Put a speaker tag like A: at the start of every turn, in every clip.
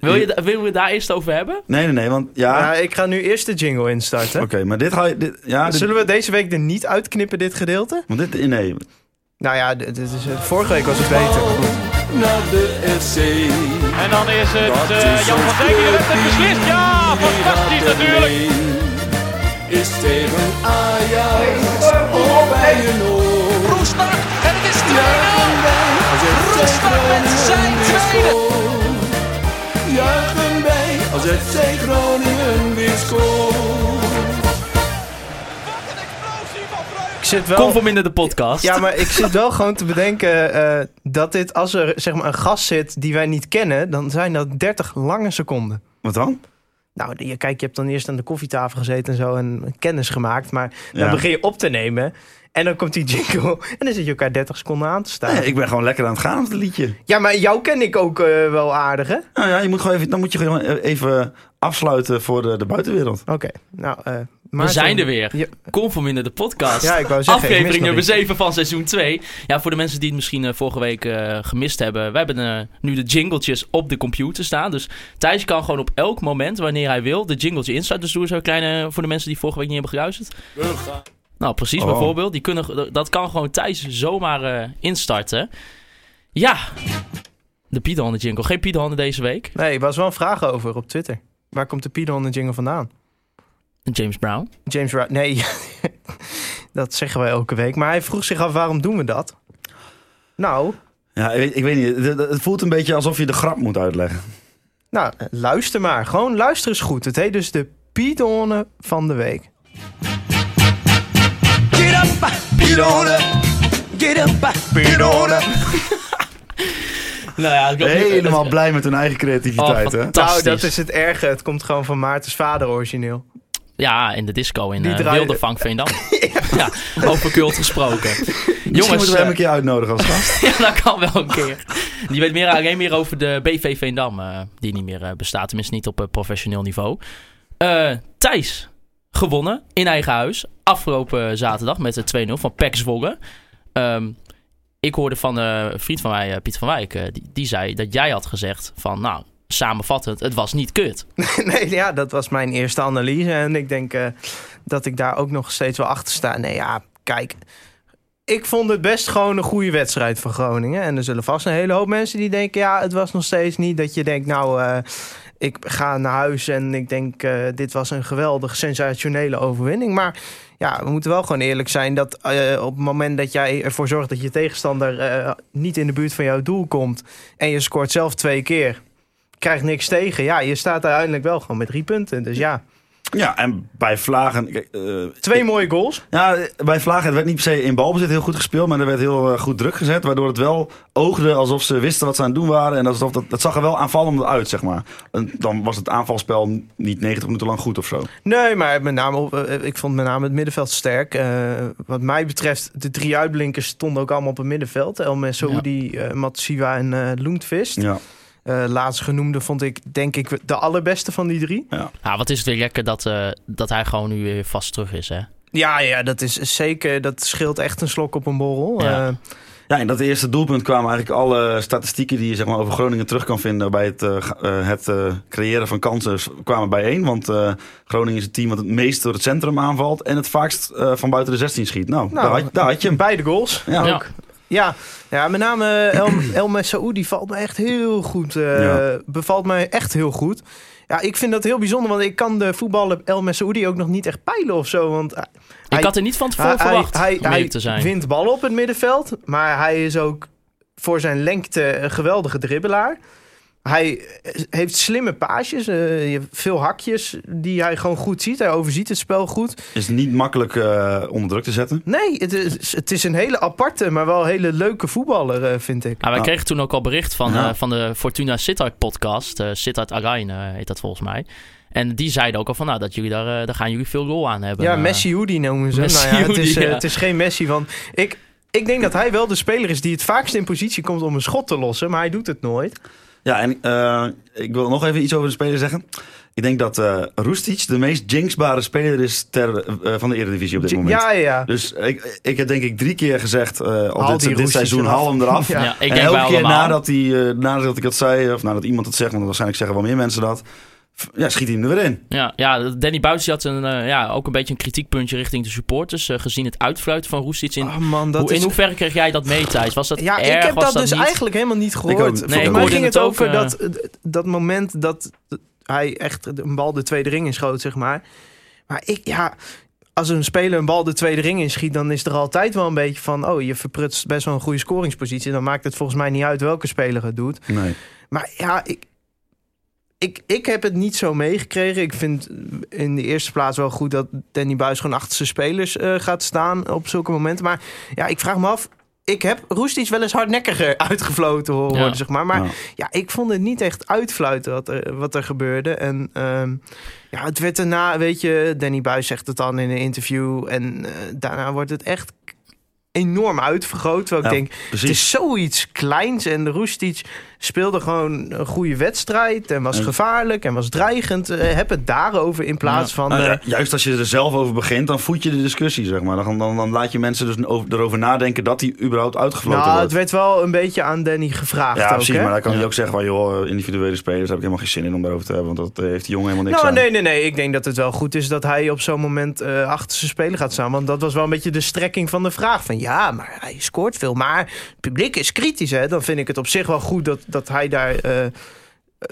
A: Wil je, da- willen we het daar eerst over hebben?
B: Nee, nee, nee, want ja...
C: Ja, ik ga nu eerst de jingle instarten.
B: Oké, maar dit ga je... Dit, ja, dit-
C: Zullen we deze week er niet uitknippen, dit gedeelte?
B: Want dit... Nee.
C: Nou ja, dit dit is, eh, vorige week was het beter. maar goed.
D: naar de FC.
E: En dan is het
D: Dat
E: eh,
D: is
E: Jan
D: ons
E: van Dijk die heeft het
D: clubje.
E: beslist. Ja, fantastisch natuurlijk.
D: Is tegen Ajax of bij een oor.
F: Roestak en het is 2-0. Roestak met zijn tweede.
D: Juichen wij als het FC Groningen weer scoort.
C: Ik zit wel...
A: Kom voor minder de podcast.
C: Ja, maar ik zit wel gewoon te bedenken eh, dat dit, als er zeg maar een gast zit die wij niet kennen, dan zijn dat 30 lange seconden.
B: Wat dan?
C: Nou, die- kijk, je hebt dan eerst aan de koffietafel gezeten en zo en kennis gemaakt, maar dan
B: Ja.
C: begin je op te nemen en dan komt die jingle en dan zit je elkaar 30 seconden aan te staan.
B: Nee, ik ben gewoon lekker aan het gaan met het liedje.
C: Ja, maar jou ken ik ook eh, wel aardig, hè? Oké,
B: Nou ja, je moet gewoon even, dan moet je gewoon even afsluiten voor de, de buitenwereld.
C: nou, eh,
A: we
C: Maarten-
A: zijn er weer.
C: Ja,
A: Kom voor minder de podcast.
C: ja, ik wou zeggen. ik mis
A: Aflevering
C: nog
A: nummer
C: iets.
A: 7 van seizoen 2. Ja, voor de mensen die het misschien eh, vorige week eh, gemist hebben. We hebben eh, nu de jingletjes op de computer staan. Dus Thijs kan gewoon op elk moment, wanneer hij wil, de jingletje instarten. Dus doe eens een kleine, voor de mensen die vorige week niet hebben geluisterd. Nou, precies
B: Oh.
A: bijvoorbeeld. Die kunnen, eh, dat kan gewoon Thijs zomaar eh, instarten. Ja, de Piedhanden jingle. Geen Piedhanden deze week.
C: Nee, er was wel een vraag over op Twitter. Waar komt de Piedon en jingle vandaan?
A: James Brown.
C: James Ra- Nee, dat zeggen wij elke week. Maar hij vroeg zich af waarom doen we dat? Nou,
B: Ja, ik weet, ik weet niet. Het- Het, het voelt een beetje alsof je de grap moet uitleggen.
C: nou, luister maar. Gewoon luister eens goed. Het heet dus de Pidone van de week. Nou,
F: Get up, get on up. Get up, get on up.
A: Nou ja, ik-
B: Helemaal blij met hun eigen
A: Oh,
B: creativiteit, hè?
A: fantastisch.
C: Nou, dat is het erge. Het komt gewoon van Maartens vader origineel.
A: Ja, in de disco in
C: Die
A: eh
C: draaide-
A: Wildevang Veendam. ja, over cult gesproken.
B: Misschien
A: Jongens,
B: moeten we hem
A: eh,
B: een keer uitnodigen als gast.
A: ja, dat kan wel een keer. Die weet meer, alleen meer over de BV Veendam, eh, die niet meer eh, bestaat. Tenminste niet op eh, professioneel niveau. Eh, Thijs, gewonnen in eigen huis. Afgelopen zaterdag met de 2-0 van Pek Zwolle. Ehm, ik hoorde van eh, een vriend van mij, eh, Piet van Wijk, eh, die, die zei dat jij had gezegd van... nou, samenvattend, het was niet kut.
C: nee, ja, dat was mijn eerste analyse. En ik denk eh, dat ik daar ook nog steeds wel achter sta. Nee, ja, kijk. Ik vond het best gewoon een goede wedstrijd van Groningen. En er zullen vast een hele hoop mensen die denken... ja, het was nog steeds niet dat je denkt... nou, eh, ik ga naar huis en ik denk... eh, dit was een geweldig, sensationele overwinning. Maar ja, we moeten wel gewoon eerlijk zijn... dat eh, op het moment dat jij ervoor zorgt... dat je tegenstander eh, niet in de buurt van jouw doel komt... en je scoort zelf twee keer krijgt niks tegen. Ja, je staat uiteindelijk wel gewoon met drie punten. Dus ja,
B: Ja, en bij Vlagen... kijk, eh,
C: twee mooie goals.
B: Ja, bij Vlagen het werd niet per se in balbezit heel goed gespeeld, maar er werd heel eh, goed druk gezet. Waardoor het wel oogde alsof ze wisten wat ze aan het doen waren. En alsof dat, dat zag er wel aanvallend uit, zeg maar. En dan was het aanvalspel niet 90 minuten lang goed of zo.
C: Nee, maar met name, op- eh, ik vond met name het middenveld sterk. Eh, wat mij betreft, de drie uitblinkers stonden ook allemaal op het middenveld. El Messoudi, eh Matsiwa en eh Loentvist.
B: Ja,
C: Eh, laatst genoemde vond ik, denk ik, de allerbeste van die drie.
A: Ja, Nou, wat is het weer lekker dat, eh, dat hij gewoon nu weer vast terug is, hè?
C: Ja, ja, dat is zeker, dat scheelt echt een slok op een borrel.
A: Ja.
C: Eh,
B: ja en dat eerste doelpunt kwamen eigenlijk alle statistieken die je zeg maar, over Groningen terug kan vinden bij het, eh, ga- eh, het eh, creëren van kansen s- kwamen bijeen. Want eh, Groningen is het team wat het meest door het centrum aanvalt en het vaakst eh, van buiten de 16 schiet. Nou,
C: Nou,
B: daar, had, daar had je hem.
C: beide goals.
B: Ja.
A: Ja.
C: Ja, ja, met name eh, El, El Messaoudi valt me echt heel goed. eh,
B: Ja.
C: Bevalt mij echt heel goed. Ja, ik vind dat heel bijzonder, want ik kan de voetballer El Messaoudi ook nog niet echt peilen of zo. Want hij-
A: Ik
C: Hij-
A: had er niet van tevoren
C: hij,
A: verwacht
C: hij,
A: om
C: hij
A: eerlijk te zijn.
C: wint ballen op het middenveld, maar hij is ook voor zijn lengte een geweldige dribbelaar. Hij eh, heeft slimme paasjes, eh, je hebt veel hakjes die hij gewoon goed ziet. Hij overziet het spel goed.
B: Is niet makkelijk eh, onder druk te zetten.
C: Nee, het is, het is een hele aparte, maar wel hele leuke voetballer, eh, vind ik.
A: Ah, wij
B: Ah.
A: kregen toen ook al bericht van,
B: Ja.
A: eh, van de Fortuna Sittard podcast. eh Sittard Arain eh, heet dat volgens mij. En die zeiden ook al van, nou, dat jullie daar, eh, daar gaan jullie veel rol aan hebben.
C: Ja,
A: Eh,
C: Messi Hoodie noemen ze. hem.
A: Messi
C: nou ja, het, is,
A: Hoodie,
C: eh,
A: ja.
C: het is geen Messi, want ik, ik denk dat hij wel de speler is die het vaakst in positie komt om een schot te lossen, maar hij doet het nooit.
B: Ja, en eh, ik wil nog even iets over de speler zeggen. Ik denk dat eh Roestic de meest jinxbare speler is ter, eh, van de Eredivisie op dit moment.
C: Ja, ja.
B: Dus ik, ik heb denk ik drie keer gezegd eh, al
C: Haal
B: dit,
C: die
B: dit
C: Roestic
B: seizoen,
C: eraf.
B: haal hem eraf.
C: Ja.
A: Ja, ik denk
B: en elke
A: wij
B: keer
A: allemaal.
B: nadat, hij, eh, nadat ik dat zei, of nadat iemand dat zegt, want waarschijnlijk zeggen wel meer mensen dat, f- ja, schiet hij hem er weer in.
A: Ja, ja, Danny Buis had een, eh, ja, ook een beetje een kritiekpuntje richting de supporters. eh, gezien het uitfluiten van Roestic. In,
C: Oh man, dat
A: hoe, in
C: is...
A: hoeverre kreeg jij dat mee, Thijs? Was dat
C: Ja,
A: erg?
C: ik heb
A: Was
C: dat dus
A: niet?
C: eigenlijk helemaal niet gehoord.
B: ook niet.
C: Voor
B: Nee, ik
C: mij
B: hoorde
C: ging
A: het
C: het
A: ook,
C: over
A: eh,
C: dat, dat moment dat hij echt een bal de tweede ring inschoot, zeg maar. Maar ik, ja... Als een speler een bal de tweede ring inschiet, dan is er altijd wel een beetje van... oh, je verprutst best wel een goede scoringspositie. Dan maakt het volgens mij niet uit welke speler het doet.
B: Nee.
C: Maar ja, ik, ik, ik heb het niet zo meegekregen. Ik vind in de eerste plaats wel goed dat Danny Buis gewoon achter zijn spelers eh, gaat staan op zulke momenten. Maar ja, ik vraag me af. Ik heb Roestic wel eens hardnekkiger uitgefloten horen
A: Ja.
C: worden, zeg maar. Maar
B: Ja.
C: ja. ik vond het niet echt uitfluiten wat er, wat er gebeurde. En ehm, ja, het werd daarna, weet je, Danny Buis zegt het dan in een interview. En eh, daarna wordt het echt enorm uitvergroot. Terwijl ik
B: Ja,
C: denk,
B: Precies.
C: het is zoiets kleins en de Roestic speelde gewoon een goede wedstrijd en was
B: En-
C: gevaarlijk en was dreigend. Eh, heb het daarover in plaats van...
B: Nou
C: eh,
B: ja, juist als je er zelf over begint, dan voed je de discussie, zeg maar. Dan, dan, dan laat je mensen dus over- erover nadenken dat hij überhaupt uitgefloten
C: nou, het
B: wordt.
C: werd wel een beetje aan Danny gevraagd
B: Ja,
C: ook,
B: precies,
C: hè?
B: maar dan kan je ook zeggen van, joh, eh, individuele spelers, daar heb ik helemaal geen zin in om daarover te hebben, want dat eh, heeft die jongen helemaal niks
C: Nou,
B: aan.
C: nee, nee, nee. Ik denk dat het wel goed is dat hij op zo'n moment eh, achter zijn spelen gaat staan. Want dat was wel een beetje de strekking van de vraag. Van ja, maar hij scoort veel. Maar het publiek is kritisch, hè. Dan vind ik het op zich wel goed dat, dat hij daar eh,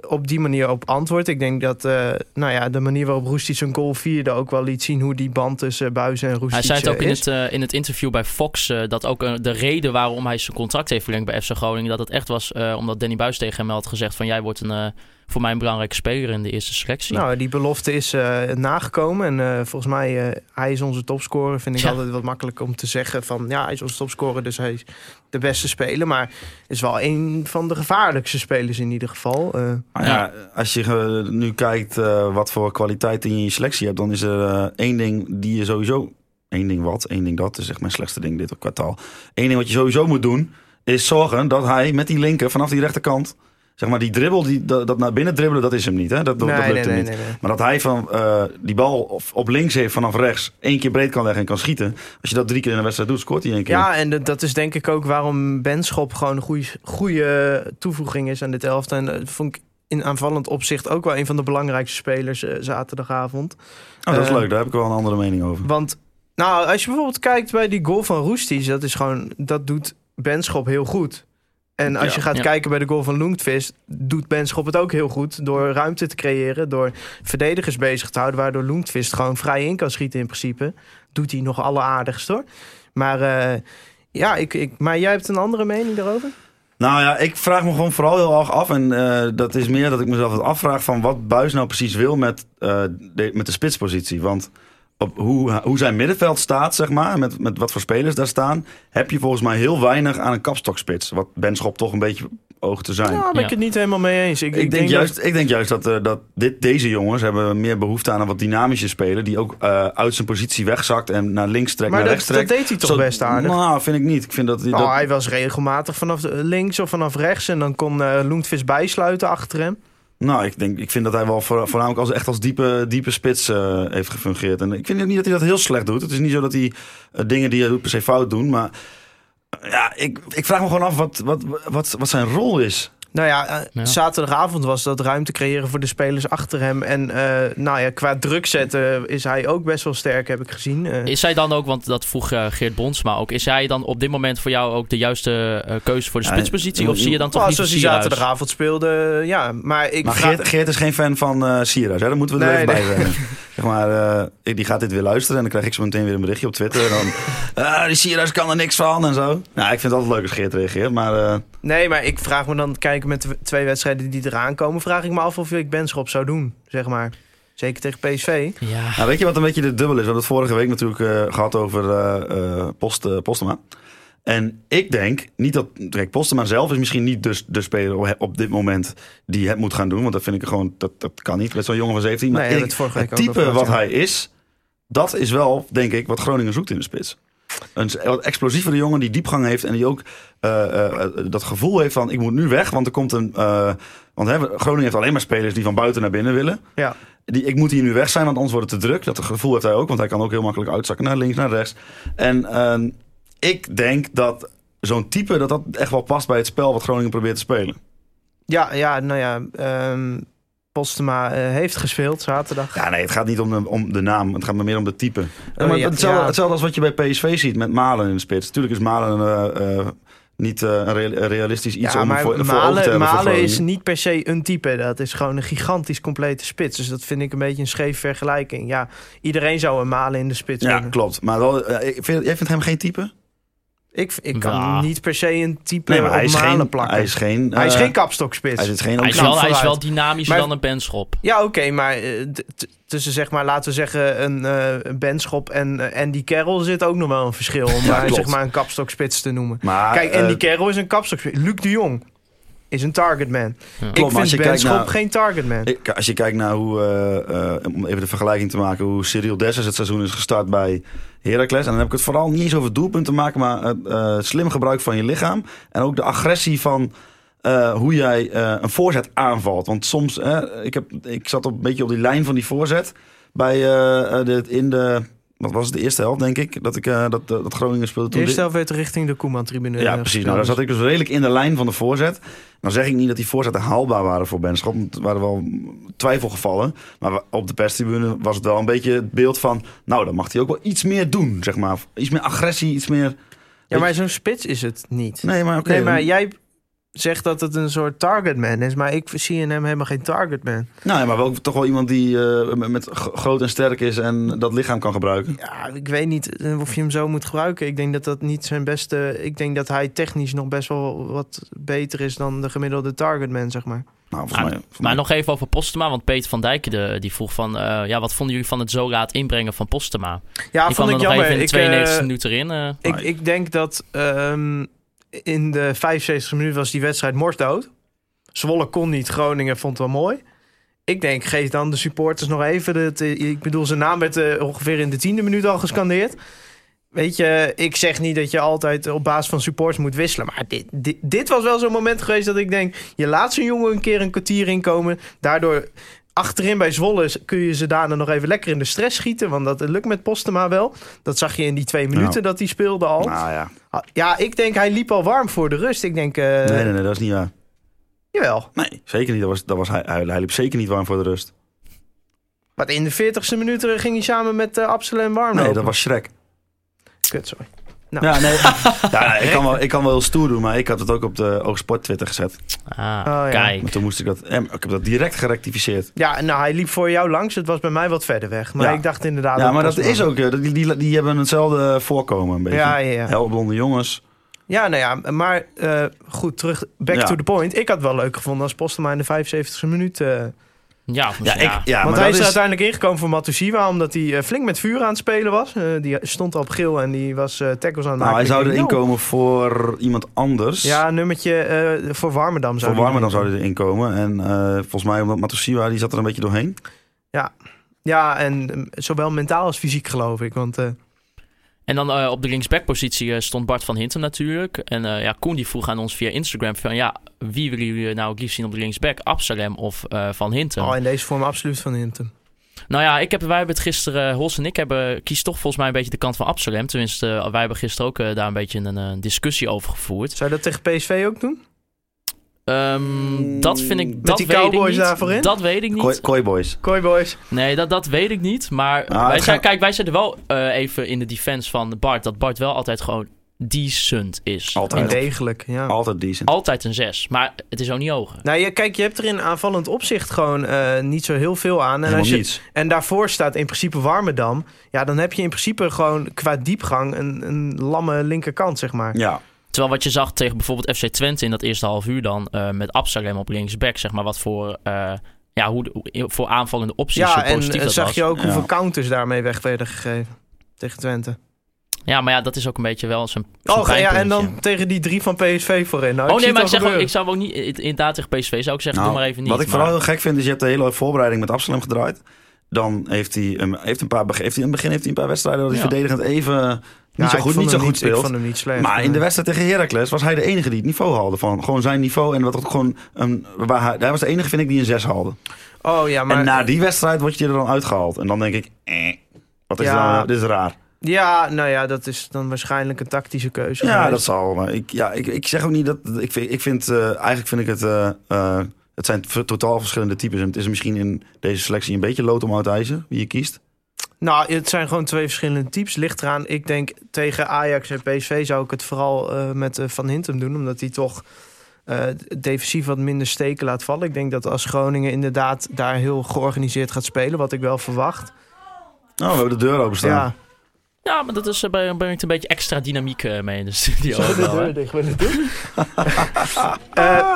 C: op die manier op antwoordt. Ik denk dat eh, nou ja, de manier waarop Roestic zijn goal vierde... ook wel liet zien hoe die band tussen Buizen en Roestic
A: Hij zei het
C: eh,
A: ook in
C: is.
A: het, eh, in het interview bij Fox eh, dat ook eh, de reden waarom hij zijn contract heeft verlengd bij FC Groningen, dat het echt was eh, omdat Danny Buis tegen hem had gezegd van jij wordt een, eh, voor mij een belangrijke speler in de eerste selectie.
C: Nou, die belofte is eh, nagekomen. En eh, volgens mij, eh, hij is onze topscorer. Vind ik
A: Ja.
C: altijd wat makkelijk om te zeggen van... ja, hij is onze topscorer, dus hij is de beste speler. Maar is wel een van de gevaarlijkste spelers in ieder geval. Eh,
B: Nou ja, als je eh, nu kijkt eh, wat voor kwaliteit je in je selectie hebt, dan is er eh, één ding die je sowieso. één ding wat, één ding dat, is echt mijn slechtste ding dit kwartaal. Eén ding wat je sowieso moet doen, is zorgen dat hij met die linker vanaf die rechterkant. Zeg maar die dribbel, die, dat, dat naar binnen dribbelen, dat is hem niet. Hè? Dat, dat, dat lukt hem niet.
C: nee.
B: Maar dat hij van, eh, die bal op, op links heeft vanaf rechts één keer breed kan leggen en kan schieten. Als je dat drie keer in een wedstrijd doet, scoort hij één keer.
C: Ja, en dat- dat is denk ik ook waarom Benschop gewoon een goede, goede toevoeging is aan dit elftal. En eh, vond ik in aanvallend opzicht ook wel een van de belangrijkste spelers eh, zaterdagavond.
B: Oh, dat is
C: eh,
B: leuk, daar heb ik wel een andere mening over.
C: Want nou, als je bijvoorbeeld kijkt bij die goal van Roestic, dat is gewoon dat doet Benschop heel goed. En als
B: Ja.
C: je gaat
A: Ja.
C: kijken bij de goal van Loengtvist, doet Benschop het ook heel goed door ruimte te creëren, door verdedigers bezig te houden, waardoor Loengtvist gewoon vrij in kan schieten in principe. Doet hij nog alle aardigst hoor. Maar eh, ja, ik, ik, maar jij hebt een andere mening daarover?
B: Nou ja, ik vraag me gewoon vooral heel erg af. En eh, dat is meer dat ik mezelf het afvraag van wat Buis nou precies wil met, eh, de, met de spitspositie. Want op hoe, hoe zijn middenveld staat, zeg maar, met, met wat voor spelers daar staan, heb je volgens mij heel weinig aan een kapstokspits. Wat Benschop toch een beetje oogt te zijn.
C: Nou, daar ben ik
A: Ja.
C: het niet helemaal mee eens. Ik,
B: Ik, denk
C: dat-
B: juist, ik denk juist dat, eh, dat dit, deze jongens hebben meer behoefte aan een wat dynamische speler. Die ook eh, uit zijn positie wegzakt en naar links trekt,
C: maar
B: naar
C: dat,
B: rechts trekt.
C: dat deed hij toch
B: Zo-
C: best aardig.
B: Nou, vind ik niet. Ik vind dat, hij
C: Nou,
B: dat
C: hij was regelmatig vanaf de- links of vanaf rechts. En dan kon eh Loentvis bijsluiten achter hem.
B: Nou, ik, denk, ik vind dat hij wel voor- voornamelijk als, echt als diepe, diepe spits eh, heeft gefungeerd. En ik vind ook niet dat hij dat heel slecht doet. Het is niet zo dat hij eh, dingen die hij doet per se fout doen. Maar eh, ja, ik, ik vraag me gewoon af wat, wat, wat, wat zijn rol is.
C: Nou ja, eh,
A: Ja.
C: zaterdagavond was dat ruimte creëren voor de spelers achter hem. En eh, nou ja, qua druk zetten is hij ook best wel sterk, heb ik gezien. Eh,
A: Is hij dan ook, want dat vroeg eh, Geert Bronsma ook, is hij dan op dit moment voor jou ook de juiste eh, keuze voor de
B: Ja,
A: spitspositie?
B: je-
A: Of zie je dan toch
C: nou,
A: liever
C: zoals hij
A: Sierhuis?
C: zaterdagavond speelde, ja. Maar ik
B: Maar
C: vraag-
B: Geert, Geert is geen fan van eh Sierhuis. Hè? Dat moeten we er even
C: Nee,
B: bij zeggen. Zeg maar, eh, ik- die gaat dit weer luisteren. En dan krijg ik zo meteen weer een berichtje op Twitter. En dan, "Ah, die Sierhuis kan er niks van en zo. Nou, ik vind het altijd leuk als Geert reageert. Maar eh,
C: Nee, maar ik vraag me dan, kijk, met de twee wedstrijden die eraan komen... vraag ik me af of ik Benschop zou doen, zeg maar. Zeker tegen PSV.
A: Ja.
B: Nou, weet je wat een beetje de dubbel is? We hebben het vorige week natuurlijk eh, gehad over eh eh, Post, eh, Postema. En ik denk niet dat. Kijk, Postema zelf is misschien niet de, de speler op, op dit moment die het moet gaan doen. Want dat vind ik gewoon. Dat, dat kan niet met zo'n jongen van 17. Maar
C: Nee, ja,
B: ik-
C: dat vorige week
B: het
C: ook
B: type
C: over gehad,
B: wat
C: ja.
B: hij is, dat is wel, denk ik, wat Groningen zoekt in de spits. een wat explosievere jongen die diepgang heeft en die ook eh, eh, dat gevoel heeft van ik moet nu weg, want er komt een... eh, want hè, Groningen heeft alleen maar spelers die van buiten naar binnen willen.
C: Ja.
B: Die, ik moet hier nu weg zijn, want anders wordt het te druk. Dat gevoel heeft hij ook, want hij kan ook heel makkelijk uitzakken naar links, naar rechts. En ehm, ik denk dat zo'n type dat dat echt wel past bij het spel wat Groningen probeert te spelen.
C: Ja, ja, nou ja. ehm Postema eh, heeft gespeeld zaterdag.
B: Ja, nee, het gaat niet om de, om de naam, het gaat maar meer om de type. Ja, maar
C: Oh, ja,
B: hetzelfde,
C: ja.
B: hetzelfde als wat je bij PSV ziet met Malen in de spits. Tuurlijk is Malen eh, eh, niet eh, een real- een realistisch iets
C: ja,
B: om
C: maar
B: voor, voor ogen te
C: Malen,
B: hebben. voor
C: Malen
B: Groningen.
C: is niet per se een type. Dat is gewoon een gigantisch complete spits. Dus dat vind ik een beetje een scheef vergelijking. Ja, iedereen zou een Malen in de spits
B: Ja,
C: kunnen.
B: klopt. Maar wel, eh, ik vind, jij vindt hem geen type? Eh,
C: Ik, ik kan
A: Ja.
C: niet per se een type
B: Nee, maar
C: op
B: hij is
C: Malen
B: geen...
C: plakken.
B: Hij is geen,
C: Hij is
B: eh,
C: geen kapstokspits.
B: Hij zit geen...
A: Hij is,
C: knap
A: wel, hij is wel
C: vooruit.
A: dynamischer
C: Maar-
A: dan een penschop.
C: Ja, oké, maar eh, t- t- tussen zeg maar, laten we zeggen, een eh Benschop en eh, Andy Carroll zit ook nog wel een verschil. Om
B: Ja,
C: maar,
B: klopt.
C: zeg maar een kapstokspits te noemen.
B: Maar,
C: Kijk,
B: eh,
C: Andy Carroll is een kapstokspits. Luc de Jong is een targetman. Ik
B: Klopt, maar als je
C: vind
B: kijkt
C: Benschop
B: naar-
C: geen targetman.
B: Ik- als je kijkt naar hoe, eh, eh, om even de vergelijking te maken, hoe Cyril Dessers het seizoen is gestart bij Heracles. En dan heb ik het vooral niet eens over doelpunten maken, maar het eh, slim gebruik van je lichaam. En ook de agressie van eh, hoe jij eh, een voorzet aanvalt. Want soms, hè, ik, heb, ik zat op, een beetje op die lijn van die voorzet bij, eh, eh, de, in de, wat was het, de eerste helft denk ik, dat, ik, eh, dat, dat Groningen speelde
C: De
B: toen.
C: eerste helft werd richting de Koeman-tribune.
B: Ja,
C: eh,
B: precies.
C: gespeeld.
B: Nou, daar zat ik dus redelijk in de lijn van de voorzet. Dan zeg ik niet dat die voorzetten haalbaar waren voor Benschop. want Er waren wel twijfelgevallen. Maar wa- op de perstribune was het wel een beetje het beeld van... nou, dan mag hij ook wel iets meer doen, zeg maar. Iets meer agressie, iets meer...
C: Ja, maar zo'n spits is het niet.
B: Nee, maar oké.
C: Nee, maar jij zegt dat het een soort targetman is, maar ik zie in hem helemaal geen targetman.
B: Nou ja, maar wel toch wel iemand die eh, met- met g- groot en sterk is... en dat lichaam kan gebruiken.
C: Ja, ik weet niet eh, of je hem zo moet gebruiken. Ik denk dat dat niet zijn beste. Ik denk dat hij technisch nog best wel wat beter is dan de gemiddelde targetman, zeg maar.
B: Nou, volgens
A: Ah,
B: mij... volgens
A: Maar
B: mij-
A: nog even over Postema, want Peter van Dijk de, die vroeg van... eh, ja, wat vonden jullie van het zo laat inbrengen van Postema?
C: Ja,
A: die
C: Ah, vond
A: kwam
C: ik
A: er nog
C: jammer.
A: even in de
C: Ik, eh,
A: 92 minuten erin. eh.
C: ik, ik denk dat ehm, in de 75 minuten was die wedstrijd morsdood. Zwolle kon niet, Groningen vond het wel mooi. Ik denk, geef dan de supporters nog even. Het, eh, ik bedoel, zijn naam werd eh, ongeveer in de tiende minuut al gescandeerd. Weet je, ik zeg niet dat je altijd op basis van supporters moet wisselen. Maar dit, dit, dit was wel zo'n moment geweest dat ik denk... je laat zo'n jongen een keer een kwartier inkomen. Daardoor achterin bij Zwolle kun je ze daarna nog even lekker in de stress schieten. Want dat lukt met Postema wel. Dat zag je in die twee minuten
B: Nou.
C: dat hij speelde al.
B: Nou ja.
C: Ah, Ja, ik denk hij liep al warm voor de rust. Ik denk, eh
B: Nee, nee, nee, dat is niet waar.
C: jawel.
B: Nee, zeker niet. Dat was, dat was hij, hij, hij liep zeker niet warm voor de rust.
C: Maar in de 40ste minuut eh, ging hij samen met eh, Absalem warm
B: Nee,
C: lopen.
B: dat was Shrek.
C: Kut, sorry.
B: Ja, nee, ja, ik, kan wel, ik kan wel heel stoer doen, maar ik had het ook op de Oogsport Twitter gezet.
A: ah,
C: ja.
A: kijk.
B: Maar toen moest ik dat. em, Ik heb dat direct gerectificeerd.
C: Ja, nou, hij liep voor jou langs. Het was bij mij wat verder weg. Maar
B: Ja.
C: ik dacht inderdaad...
B: ja, maar dat
C: Postma-
B: is ook. eh, Die, die, die hebben hetzelfde voorkomen. Een beetje.
C: Ja, ja, ja.
B: Helblonde jongens.
C: Ja, nou ja, maar eh, goed, terug, back
B: Ja.
C: to the point. Ik had het wel leuk gevonden als Postema in de 75e minuut. eh,
A: Ja, ja, ja.
C: want hij is er uiteindelijk ingekomen voor Matusiwa... omdat hij eh, flink met vuur aan het spelen was. Eh, die stond al op geel en die was eh, tackles aan het
B: Nou,
C: maken.
B: hij zou
C: Ik
B: erin
C: denk, nou,
B: komen voor iemand anders.
C: Ja, nummertje eh, voor Warmerdam zou
B: voor
C: die
B: Warmerdam
C: erin
B: zou hij erin komen. En eh, volgens mij, omdat Matosiwa, die zat er een beetje doorheen.
C: Ja, en eh, zowel mentaal als fysiek geloof ik. Want eh,
A: En dan eh, op de linksbackpositie eh, stond Bart van Hinten natuurlijk. En eh, ja, Koen die vroeg aan ons via Instagram van... Ja, wie willen jullie nou het liefst zien op de linksback? Absalem of eh, Van Hinten?
C: oh, in deze vorm absoluut van Hintem.
A: Nou ja, ik heb, wij hebben het gisteren, eh, Hols en ik hebben, kies toch volgens mij een beetje de kant van Absalem. Tenminste, eh, wij hebben gisteren ook eh, daar een beetje een, eh, discussie over gevoerd.
C: Zou je dat tegen PSV ook doen?
A: Ehm, dat vind ik,
B: Met
A: dat
C: die
A: weet
C: cowboys
A: ik niet.
C: daarvoor in?
A: Dat weet ik niet.
B: Koi- Koi Boys.
C: Koi boys.
A: Nee, dat, dat weet ik niet. Maar
B: Ah,
A: wij
B: het
A: zijn,
B: gaat-
A: kijk, wij zeiden wel eh, even in de defense van Bart. Dat Bart wel altijd gewoon decent is.
B: Altijd.
C: Oh, Degelijk, ja.
B: Altijd decent.
A: Altijd een 6. Maar het is ook niet hoger.
C: Nou, je, kijk, je hebt er in aanvallend opzicht gewoon eh, niet zo heel veel aan. En,
B: Helemaal
C: als je,
B: niets.
C: en daarvoor staat in principe Warmerdam. Ja, dan heb je in principe gewoon qua diepgang een, een lamme linkerkant, zeg maar.
B: Ja.
A: Terwijl wat je zag tegen bijvoorbeeld FC Twente in dat eerste half uur dan. eh, met Absalem op linksback. Zeg maar wat voor, eh, ja, hoe, de- hoe- voor aanvallende opties.
C: Ja,
A: hoe
C: en
A: positief
C: eh,
A: dat
C: zag
A: was.
C: je ook
B: Ja.
C: hoeveel counters daarmee weg werden gegeven tegen Twente.
A: Ja, maar ja, dat is ook een beetje wel zijn. zijn
C: Oh, ja, en
A: pijnpuntje.
C: dan tegen die drie van PSV voorin. Nou,
A: Oh nee, maar ik, zeg
C: zeg
A: ook, ik zou ook niet. eh, Inderdaad, tegen PSV zou ik zeggen,
B: Nou,
A: doe maar even niet.
B: Wat ik
A: maar-
B: vooral heel gek vind, is je hebt de hele voorbereiding met Absalom gedraaid. Dan heeft hij, een, heeft een paar, bege- heeft hij, in het begin heeft hij een paar wedstrijden... dat hij
A: Ja.
B: verdedigend even niet
C: Nou,
B: zo
C: ik
B: goed,
C: vond
B: niet zo
C: hem
B: goed
C: Ik
B: speelt.
C: vond hem niet slecht.
B: Maar in de
C: Nee.
B: wedstrijd tegen Heracles was hij de enige die het niveau haalde. Van. Gewoon zijn niveau. En wat ook gewoon een, waar hij, hij was de enige, vind ik, die een 6 haalde.
C: Oh ja, maar...
B: en na die wedstrijd word je er dan uitgehaald. En dan denk ik, eh, wat is
C: Ja.
B: dan, dit is raar.
C: Ja, nou ja, dat is dan waarschijnlijk een tactische keuze.
B: Ja,
C: geweest.
B: dat zal. Maar ik, ja, ik, ik zeg ook niet dat. Ik vind, ik vind eh, eigenlijk vind ik het. eh, eh, het zijn v- totaal verschillende types. En het is misschien in deze selectie een beetje lood om uit te ijzen wie je kiest.
C: Nou, het zijn gewoon twee verschillende types. Ligt eraan. Ik denk tegen Ajax en PSV zou ik het vooral eh, met eh, Van Hintem doen. Omdat hij toch eh, defensief wat minder steken laat vallen. Ik denk dat als Groningen inderdaad daar heel georganiseerd gaat spelen. Wat ik wel verwacht.
B: Nou, we hebben de deur openstaan.
C: Ja,
A: Ja, maar dat is, eh, bij- brengt een beetje extra dynamiek eh, mee in de studio. ook wel, hè.
C: Nou, Eh,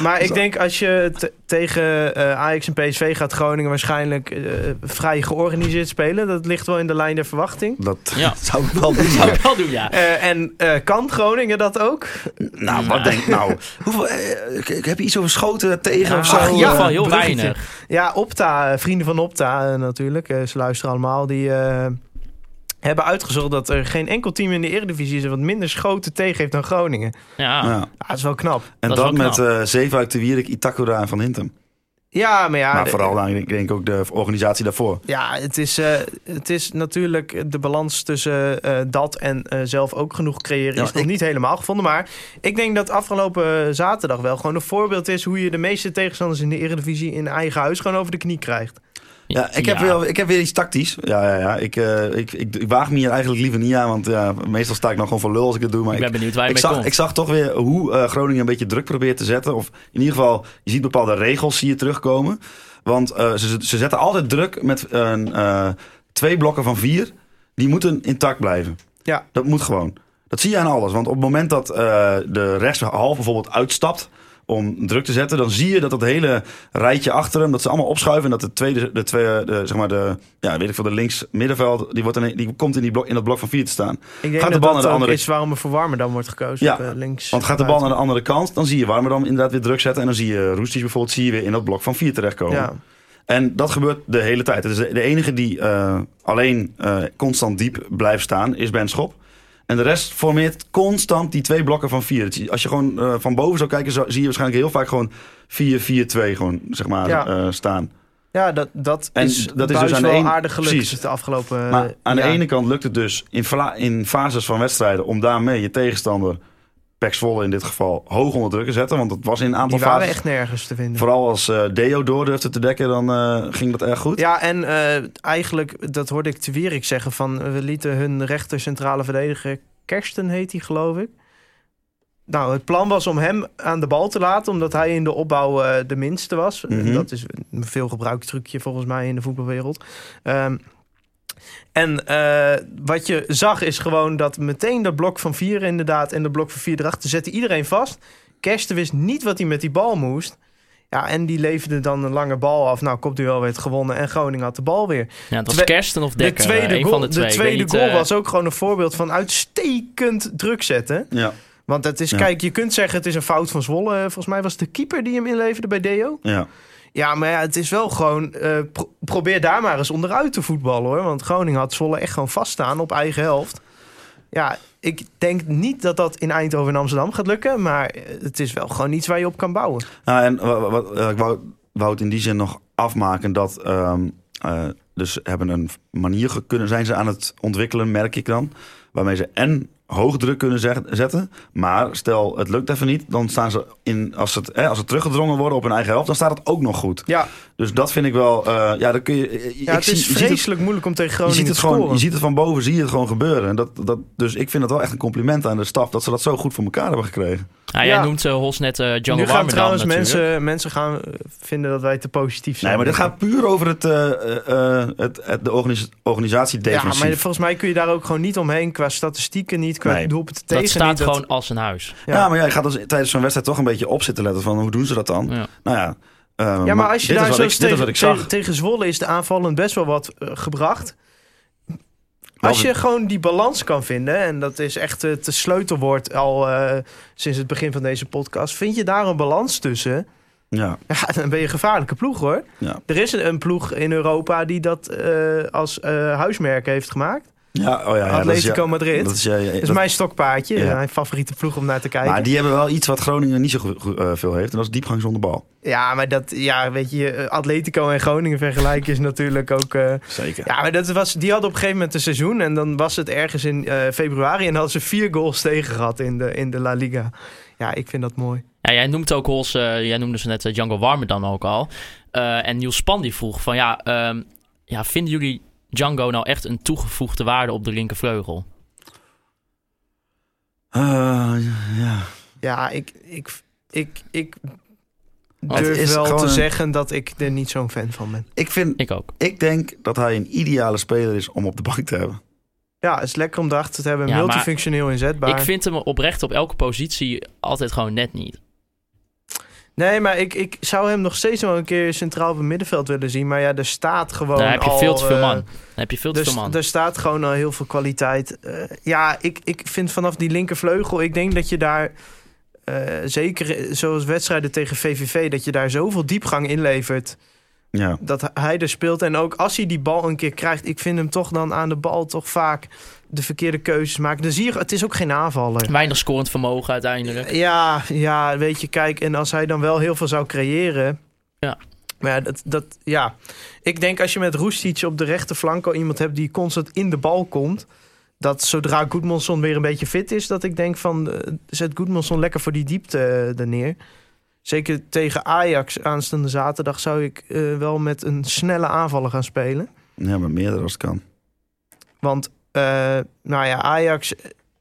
C: maar ik denk als je te- tegen eh, Ajax en PSV gaat Groningen waarschijnlijk eh, vrij georganiseerd spelen. Dat ligt wel in de lijn der verwachting.
B: Dat
A: Ja.
B: zou ik wel doen.
A: Zou ik wel doen, ja.
C: Eh, en eh, kan Groningen dat ook?
B: Nou, wat denk ik nou? Hoeveel, eh, ik- ik heb je iets over schoten tegen of zo?
A: Ach, in ieder
B: Eh,
A: geval heel
C: bruggetje.
A: weinig.
C: Ja, Opta, eh, vrienden van Opta eh, natuurlijk, eh, ze luisteren allemaal, die eh, hebben uitgezocht dat er geen enkel team in de Eredivisie is wat minder schoten tegen heeft dan Groningen.
A: Ja.
B: ja.
C: Ja, dat is wel knap.
B: En
A: Dat
B: dat,
A: is wel
B: met eh Zeven uit de Wierik, Itakura en Van Hintem.
C: Ja, maar ja,
B: maar
C: de-
B: vooral, nou, ik denk- ik denk ook de organisatie daarvoor.
C: ja het, is, eh, het is natuurlijk de balans tussen eh, dat en eh, zelf ook genoeg creëren
B: Ja,
C: is nog
B: ik-
C: niet helemaal gevonden. Maar ik denk dat afgelopen zaterdag wel gewoon een voorbeeld is hoe je de meeste tegenstanders in de Eredivisie in eigen huis gewoon over de knie krijgt.
B: Ja, ik, Heb weer, ik heb weer iets tactisch. Ja, ja, ja. Ik, eh, ik, ik, ik waag me hier eigenlijk liever niet aan, want ja, meestal sta ik nog gewoon voor lul als ik het doe. Maar
A: Ik ben benieuwd waar je
B: ik
A: mee
B: zag,
A: komt.
B: ik zag toch weer hoe eh, Groningen een beetje druk probeert te zetten. Of in ieder geval, je ziet bepaalde regels zie je terugkomen. Want eh, ze, ze zetten altijd druk met een, eh, twee blokken van vier. Die moeten intact blijven.
C: Ja.
B: Dat moet gewoon. Dat zie je aan alles. Want op het moment dat eh, de rechtshalve bijvoorbeeld uitstapt om druk te zetten, dan zie je dat dat hele rijtje achter hem, dat ze allemaal opschuiven en dat de tweede, de tweede, de, zeg maar de, ja, weet ik veel, de links middenveld, die, wordt in, die komt in, die blok, in dat blok van vier te staan.
C: Ik denk
B: Gaat de bal
C: dat dat
B: naar de
C: ook
B: andere-
C: is waarom er voor Warmer dan wordt gekozen.
B: Ja,
C: op, eh, links
B: Want gaat de bal
C: buiten.
B: naar de andere kant, dan zie je Warmerdam inderdaad weer druk zetten. En dan zie je Roestic bijvoorbeeld zie je weer in dat blok van 4 terechtkomen.
C: Ja.
B: En dat gebeurt de hele tijd. Dus de, de enige die eh, alleen eh, constant diep blijft staan is Ben Schop. En de rest formeert constant die twee blokken van 4. Als je gewoon eh, van boven zou kijken, zou- zie je waarschijnlijk heel vaak gewoon 4-4-2 gewoon, zeg maar,
C: Ja.
B: eh, staan.
C: Ja, dat, dat
B: En
C: is,
B: dat is
C: Buis
B: dus aan de
C: wel
B: ene-
C: aardig gelukt
B: precies.
C: de afgelopen eh,
B: Maar aan
C: jaar.
B: de ene kant lukt het dus in, vla- in fases van wedstrijden om daarmee je tegenstander, Pek Zwolle in dit geval, hoog onder druk te zetten. Want dat was in een aantal
C: Die waren
B: fases.
C: echt nergens te vinden.
B: Vooral als eh, Deo door durfde te dekken, dan eh, ging dat erg goed.
C: Ja, en eh, eigenlijk, dat hoorde ik te Wierik zeggen, van eh, we lieten hun rechter centrale verdediger, Kersten heet hij geloof ik. Nou, het plan was om hem aan de bal te laten, omdat hij in de opbouw eh, de minste was.
B: Mhm.
C: Dat is een veelgebruikt trucje volgens mij in de voetbalwereld. Ehm, en eh, wat je zag is gewoon dat meteen dat blok van vier inderdaad en de blok van vier erachter zette iedereen vast. Kersten wist niet wat hij met die bal moest. Ja, en die leverde dan een lange bal af. Nou, kopduel werd gewonnen en Groningen had de bal weer.
A: Ja, het was
C: Twe-
A: Kersten of Dekker.
C: de tweede
A: eh, een
C: goal,
A: van de twee. Ik
C: tweede
A: weet niet,
C: goal
A: eh,
C: was ook gewoon een voorbeeld van uitstekend druk zetten.
B: Ja,
C: Want het is,
B: Ja.
C: kijk, je kunt zeggen het is een fout van Zwolle. Eh, Volgens mij was het de keeper die hem inleverde bij Deo.
B: ja.
C: Ja, maar ja, het is wel gewoon... eh, pro- probeer daar maar eens onderuit te voetballen, hoor. Want Groningen had Zwolle echt gewoon vaststaan op eigen helft. Ja, ik denk niet dat dat in Eindhoven en Amsterdam gaat lukken. Maar eh, het is wel gewoon iets waar je op kan bouwen.
B: Nou, en wa- wa- wat, eh, ik wou, wou het in die zin nog afmaken dat. ehm, eh, dus hebben een manier ge- kunnen zijn ze aan het ontwikkelen, merk ik dan. Waarmee ze en hoog druk kunnen zeg- zetten. Maar stel, het lukt even niet. Dan staan ze in. Als ze, het, hè, als ze teruggedrongen worden op hun eigen helft, dan staat het ook nog goed.
C: Ja,
B: Dus dat vind ik wel. eh, ja, dan kun je. eh,
C: ja
B: ik
C: het
B: zie-
C: is
B: je ziet het-
C: vreselijk moeilijk om tegen
B: Je
C: Groningen
B: ziet, het
C: te scoren.
B: gewoon, je ziet het van boven, zie je het gewoon gebeuren. En dat, dat, dus ik vind het wel echt een compliment aan de staf dat ze dat zo goed voor elkaar hebben gekregen.
A: ah, jij
C: Ja.
A: noemt eh, Hos net eh Django
C: nu gaan
A: Warmerdam
C: trouwens
A: natuurlijk.
C: mensen, mensen gaan eh, vinden dat wij te positief zijn.
B: Nee, maar dit gaat puur over het, eh, eh, eh, het, het- de organis- organisatie
C: Ja,
B: defensief.
C: maar volgens mij kun je daar ook gewoon niet omheen qua statistieken niet, qua
B: Nee.
C: doelpunten tegen.
A: Dat staat
C: niet,
A: gewoon als een huis.
B: ja. maar ja, je gaat dus tijdens zo'n wedstrijd toch een beetje op zitten letten van hoe doen ze dat dan?
A: Ja.
B: Nou ja, eh,
C: Ja, maar als je
B: dit
C: daar
B: is
C: zo
B: wat ik, dit is wat
C: tegen,
B: ik zag.
C: tegen- tegen Zwolle is de aanvallend best wel wat eh, gebracht. Als je gewoon die balans kan vinden, en dat is echt eh, het sleutelwoord al eh, sinds het begin van deze podcast, vind je daar een balans tussen?
B: Ja,
C: Ja, dan ben je een gevaarlijke ploeg hoor.
B: ja.
C: Er is een, een ploeg in Europa die dat eh, als eh, huismerk heeft gemaakt.
B: ja, oh ja, ja dat is
C: Atletico
B: ja-
C: Madrid.
B: Dat is, ja, ja,
C: Dat is
B: dat-
C: mijn stokpaardje.
B: Ja.
C: Mijn favoriete ploeg om naar te kijken.
B: maar die hebben wel iets wat Groningen niet zo goed- goed, eh, veel heeft. En dat is diepgang zonder bal.
C: Ja, maar dat, ja, weet je, eh, Atletico en Groningen vergelijken is natuurlijk ook. eh,
B: Zeker.
C: ja, maar dat was, die hadden op een gegeven moment een seizoen. En dan was het ergens in eh, februari. En hadden ze vier goals tegen gehad in de, in de La Liga. Ja, ik vind dat mooi.
A: Ja, jij noemt ook Hols, eh, jij noemde ze net eh, Django Warmer dan ook al. Eh, en Niels Span die vroeg van ja, ehm, ja, vinden jullie Django nou echt een toegevoegde waarde op de linkervleugel?
B: Eh, ja.
C: Ja, ik, ik, ik, ik
A: Want
B: het
C: durf
B: is
C: wel te
B: gewoon een-
C: zeggen dat ik er niet zo'n fan van ben.
B: Ik, vind,
A: Ik ook.
B: ik denk dat hij een ideale speler is om op de bank te hebben.
C: Ja, het is lekker om de achter te hebben.
A: Ja, maar-
C: multifunctioneel inzetbaar.
A: Ik vind hem oprecht op elke positie altijd gewoon net niet.
C: Nee, maar ik, ik zou hem nog steeds wel een keer centraal op het middenveld willen zien. Maar ja, er staat gewoon.
A: Daar heb je
C: al,
A: veel te veel
C: eh,
A: man. Daar heb je veel te
C: Dus
A: veel man.
C: er staat gewoon al heel veel kwaliteit. Eh, ja, ik, ik vind vanaf die linkervleugel, ik denk dat je daar. eh, zeker zoals wedstrijden tegen VVV, dat je daar zoveel diepgang inlevert.
B: Ja.
C: Dat hij er speelt. En ook als hij die bal een keer krijgt, ik vind hem toch dan aan de bal toch vaak de verkeerde keuzes maken. Dan zie je, het is ook geen aanvaller.
A: Weinig scorend vermogen uiteindelijk.
C: Ja, ja, weet je, kijk, en als hij dan wel heel veel zou creëren.
A: Ja.
C: Maar ja, dat, dat, ja. ik denk als je met Roestic op de rechterflank al iemand hebt die constant in de bal komt. Dat zodra Goedmanson weer een beetje fit is, dat ik denk van eh, zet Goedmanson lekker voor die diepte eh, er neer. Zeker tegen Ajax aanstaande zaterdag zou ik eh, wel met een snelle aanvaller gaan spelen.
B: ja, maar meerdere als het kan.
C: Want eh, nou ja, Ajax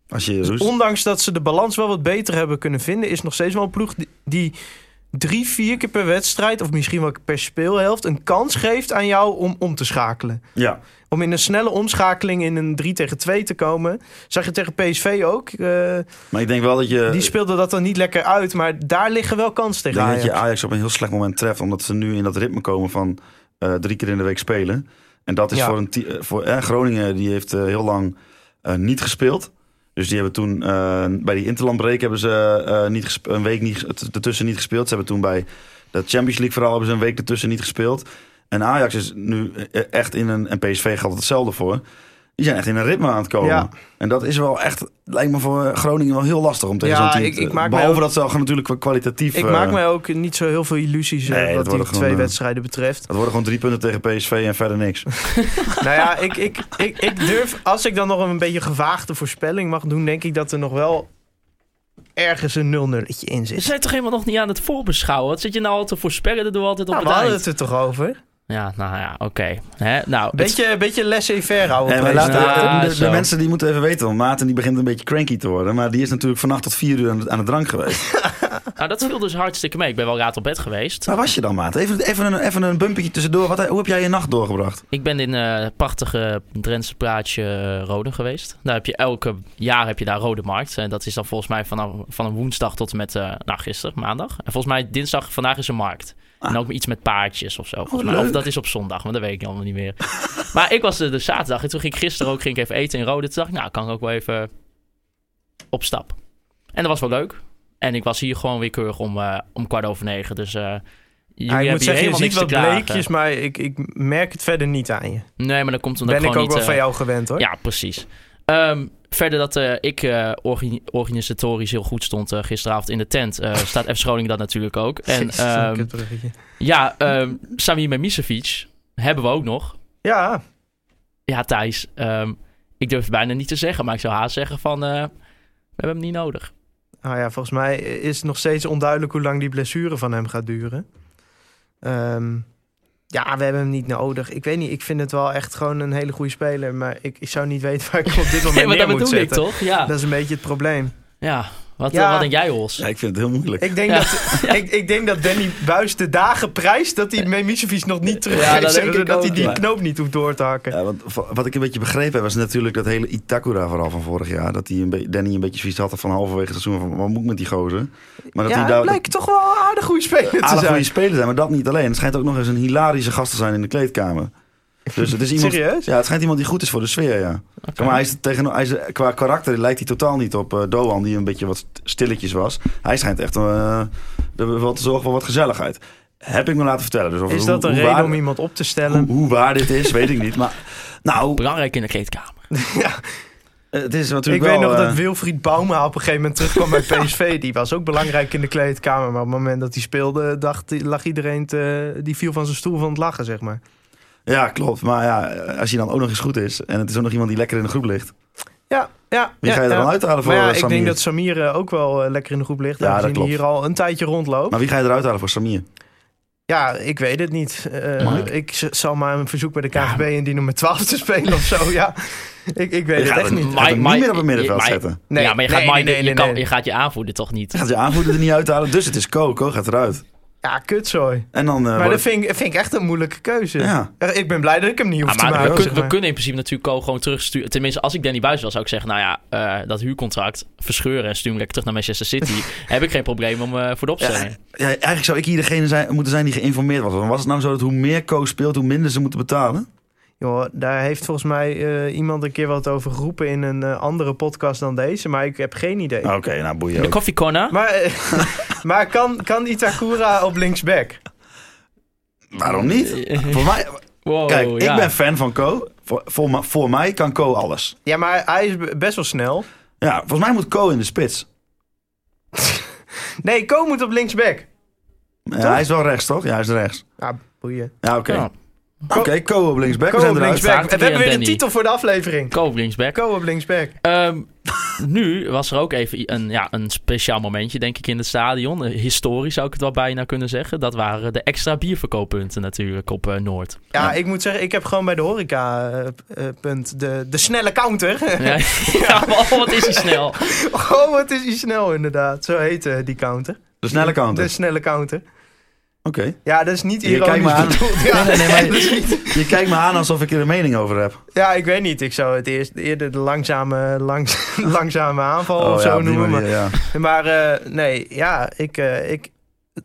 B: Als
C: Dus
B: je roest...
C: Ondanks dat ze de balans wel wat beter hebben kunnen vinden, is nog steeds wel een ploeg die- die drie, vier keer per wedstrijd, of misschien wel per speelhelft, een kans geeft aan jou om om te schakelen.
B: Ja.
C: Om in een snelle omschakeling in een 3 tegen 2 te komen. Zag je tegen PSV ook. eh,
B: Maar ik denk wel dat je...
C: die speelde dat dan niet lekker uit, maar daar liggen wel kansen
B: Ik
C: tegen
B: denk dat
C: Ajax.
B: je Ajax op een heel slecht moment treft. Omdat ze nu in dat ritme komen van eh, drie keer in de week spelen. En dat is
C: Ja.
B: voor een ti- eh, voor, eh, Groningen, die heeft eh, heel lang eh, niet gespeeld. Dus die hebben toen eh, bij die interlandbreak hebben ze eh, niet gesp- een week niet, ges- ertussen niet gespeeld. Ze hebben toen bij de Champions League vooral hebben ze een week ertussen niet gespeeld. En Ajax is nu eh, echt in een... En PSV geldt hetzelfde voor. Die zijn echt in een ritme aan het komen.
C: Ja.
B: En dat is wel echt, lijkt me voor Groningen wel heel lastig om tegen
C: Ja,
B: zo'n team...
C: ik-
B: te-
C: ik maak mij
B: Behalve
C: ook-
B: dat ze al gewoon natuurlijk qua- kwalitatief...
C: Ik
B: eh,
C: maak mij ook niet zo heel veel illusies eh,
B: Nee, dat
C: wat die
B: worden gewoon,
C: twee
B: eh,
C: wedstrijden betreft.
B: Dat worden gewoon drie punten tegen PSV en verder niks.
C: Nou ja, ik, ik, ik, ik durf, als ik dan nog een beetje gewaagde voorspelling mag doen, denk ik dat er nog wel ergens een 0 nulletje in
A: We
C: zit.
A: Eh, zijn toch helemaal nog niet aan het voorbeschouwen? Wat zit je nou al te voorspellen? Dat doen we altijd op
C: Nou, we
A: het
C: hadden
A: eind.
C: het er toch over.
A: Ja, nou ja, oké. Hè, Nou, het-
C: Beetje, een beetje laissez-faire houden.
B: En wij
C: op
B: laten,
C: deze
A: laat-
C: dag.
A: Ah,
B: de, de
A: zo.
B: mensen die moeten even weten, want Maarten die begint een beetje cranky te worden. Maar die is natuurlijk vannacht tot vier uur aan, het- aan de drank geweest.
A: nou, dat viel dus hartstikke mee. Ik ben wel raad op bed geweest.
B: Waar was je dan, Maarten? Even, even, een, even een bumpetje tussendoor. Wat, hoe heb jij je nacht doorgebracht?
A: Ik ben in eh prachtige Drentse plaatsje eh, Rode geweest. Daar heb je elke jaar heb je daar Rode Markt. En dat is dan volgens mij vanaf, van een woensdag tot en met eh, nou, gisteren, maandag. En volgens mij dinsdag, vandaag is een markt.
C: Ah.
A: En ook iets met paardjes of zo. volgens
C: Oh,
A: mij. Of
B: leuk.
A: dat is op zondag, maar dat weet ik allemaal niet meer. maar ik was er dus zaterdag en toen ging ik gisteren ook ging ik even eten in Rode. Toen dacht ik, nou kan ik ook wel even op stap. En dat was wel leuk. En ik was hier gewoon weer keurig om, eh, om kwart over negen. Dus eh jullie
C: Ja, Ah,
A: hebben
C: ik moet
A: hier
C: zeggen, je
A: helemaal niks
C: ziet
A: te
C: wat
A: klagen.
C: bleekjes, maar ik, ik merk het verder niet aan je.
A: Nee, maar dat komt omdat
C: ben
A: ik
C: ik
A: gewoon niet...
C: ook wel
A: eh,
C: van jou gewend hoor.
A: ja, precies. Ehm, verder dat eh, ik eh, organi- organisatorisch heel goed stond eh, gisteravond in de tent. eh, staat F. Schroningen dat natuurlijk ook. En
C: Jezus, dank
A: ehm,
C: het bruggetje.
A: ja, ehm Samir Memisevic hebben we ook nog.
C: ja,
A: Ja, Thijs, ehm, ik durf het bijna niet te zeggen, maar ik zou haast zeggen van... eh, we hebben hem niet nodig.
C: Nou ja, volgens mij is het nog steeds onduidelijk hoe lang die blessure van hem gaat duren. Ehm, ja, we hebben hem niet nodig. Ik weet niet, ik vind het wel echt gewoon een hele goede speler. Maar ik, ik zou niet weten waar ik hem op dit moment
A: Nee, maar
C: neer
A: dat
C: moet
A: bedoel ik
C: zetten.
A: toch? Ja,
C: Dat is een beetje het probleem.
A: ja. Wat,
C: Ja.
A: wat denk jij, Hols?
B: Ja, ik vind het heel moeilijk.
C: Ik denk,
A: Ja.
C: dat, ik, ik denk dat Danny Buis de dagen prijst dat hij Memicevic nog niet teruggeeft.
A: Ja, dat denk
C: Zeker
A: ik
C: dat hij
A: ook.
C: die
B: Ja.
C: knoop niet hoeft door te hakken.
B: Ja, want va- wat ik een beetje begrepen heb, was natuurlijk dat hele Itakura verhaal van vorig jaar. Dat die een be- Danny een beetje zoiets had van halverwege het seizoen van wat moet ik met die gozer? Maar dat
C: Ja,
B: hij
C: hij
B: daar
C: blijkt toch wel een aardig goede speler te
B: aardig
C: zijn.
B: goede speler zijn, maar dat niet alleen. Het schijnt ook nog eens een hilarische gast te zijn in de kleedkamer. Dus het is iemand,
C: Serieus?
B: Ja, het schijnt iemand die goed is voor de sfeer, ja. Maar hij is tegen, hij is, qua karakter lijkt hij totaal niet op eh, Doan, die een beetje wat st- stilletjes was. Hij schijnt echt eh, er wel te zorgen voor wat gezelligheid. Heb ik me laten vertellen. Dus of
C: Is
B: hoe-
C: dat een
B: hoe
C: reden
B: waar-
C: om iemand op te
B: hoe,
C: stellen?
B: hoe waar dit is, weet ik niet. Maar nou,
A: Belangrijk in de kleedkamer.
B: het is
C: Ik
B: natuurlijk
C: weet
B: wel...
C: nog
B: eh,
C: dat Wilfried Bouma op een gegeven moment terugkwam bij PSV. Die was ook belangrijk in de kleedkamer. Maar op het moment dat hij speelde, dacht, lag iedereen te, die viel van zijn stoel van het lachen, zeg maar.
B: Ja, klopt. Maar ja, als hij dan ook nog eens goed is en het is ook nog iemand die lekker in de groep ligt.
C: Ja, ja.
B: Wie
C: ja,
B: ga je er
C: ja.
B: dan uithalen voor
C: Maar ja,
B: eh,
C: ik
B: Samir?
C: denk dat Samir eh, ook wel eh, lekker in de groep ligt.
B: Ja,
C: aangezien
B: dat klopt.
C: hij hier al een tijdje rondloopt.
B: Maar wie ga je eruit halen voor Samir?
C: Ja, ik weet het niet. Eh,
A: Mike?
C: ik z- zal maar een verzoek bij de KVB indienen om met 12 te spelen of zo. Ja, ik, ik weet
B: Je
C: het
B: gaat
C: echt
B: het
C: niet.
B: niet. gaat hem niet meer op het middenveld
A: Mike-
B: zetten.
C: Nee,
A: ja, maar je gaat,
C: nee,
A: Mike-
C: nee, nee,
A: je,
C: nee,
A: kan,
C: nee.
A: je gaat je aanvoerder toch niet.
B: Gaat je aanvoerder er niet uithalen, dus het is Ko. Ko gaat eruit.
C: Ja, kutzooi.
B: En dan... eh,
C: Maar dat
B: wordt-
C: vind, ik- vind ik echt een moeilijke keuze.
B: Ja.
C: Eh, Ik ben blij dat ik hem niet hoef
A: Ah, maar
C: te
A: we,
C: maken.
A: kun-
C: zeg
A: we
C: maar.
A: kunnen in principe natuurlijk Ko gewoon terugsturen. Tenminste, als ik Danny Buis was, zou ik zeggen: Nou ja, eh, dat huurcontract verscheuren en stuur hem lekker terug naar Manchester City. heb ik geen probleem om eh, voor de opstelling.
B: ja, eigenlijk zou ik hier degene zijn, moeten zijn die geïnformeerd was. Want was het nou zo dat hoe meer Ko speelt, hoe minder ze moeten betalen?
C: Joh, daar heeft volgens mij eh, iemand een keer wat over geroepen in een eh, andere podcast dan deze. Maar ik heb geen idee.
B: Oké, nou boeien
A: De
B: ook.
A: Coffee Corner.
C: Maar, eh, maar kan, kan Itakura op linksback?
B: Waarom niet? Voor mij,
A: Wow,
B: kijk,
A: ja.
B: ik ben fan van Ko. Voor, voor, ma- voor mij kan Ko alles.
C: Ja, maar hij is b- best wel snel.
B: Ja, volgens mij moet Ko in de spits.
C: Nee, Ko moet op linksback.
B: Ja, hij is wel rechts, toch? Ja, hij is rechts.
C: Ja, boeien.
B: Ja, oké.
A: Ja.
B: Oké, Ko op linksback. We
C: Ko
B: zijn
C: op
B: eruit.
C: linksback.
A: Vraag het
C: We hebben
A: weer aan
C: weer een
A: Danny.
C: titel voor de aflevering.
A: Ko op linksback.
C: Ko op linksback.
A: Ehm, nu was er ook even i- een, ja, een speciaal momentje, denk ik, in het stadion. Eh, Historisch zou ik het wel bijna kunnen zeggen. Dat waren de extra bierverkooppunten natuurlijk op eh, Noord.
C: Ja, ik moet zeggen, ik heb gewoon bij de horeca eh, eh, punt de, de snelle counter.
A: Ja, ja, maar, oh, wat is hij snel.
C: oh, wat is die snel inderdaad. Zo heet eh, die counter.
B: De snelle kant.
C: De snelle counter.
B: Oké.
C: Ja, dat is niet
B: Je kijkt me aan.
C: ironisch bedoeld. Ja,
B: Nee, nee, nee, maar je kijkt me aan alsof ik er een mening over heb.
C: ja, ik weet niet. Ik zou het eerst eerder de langzame, langs, langzame aanval of
B: Oh ja,
C: Oh, zo
B: op die
C: noemen.
B: manier, ja.
C: Maar, maar eh, nee, ja, ik, eh, ik,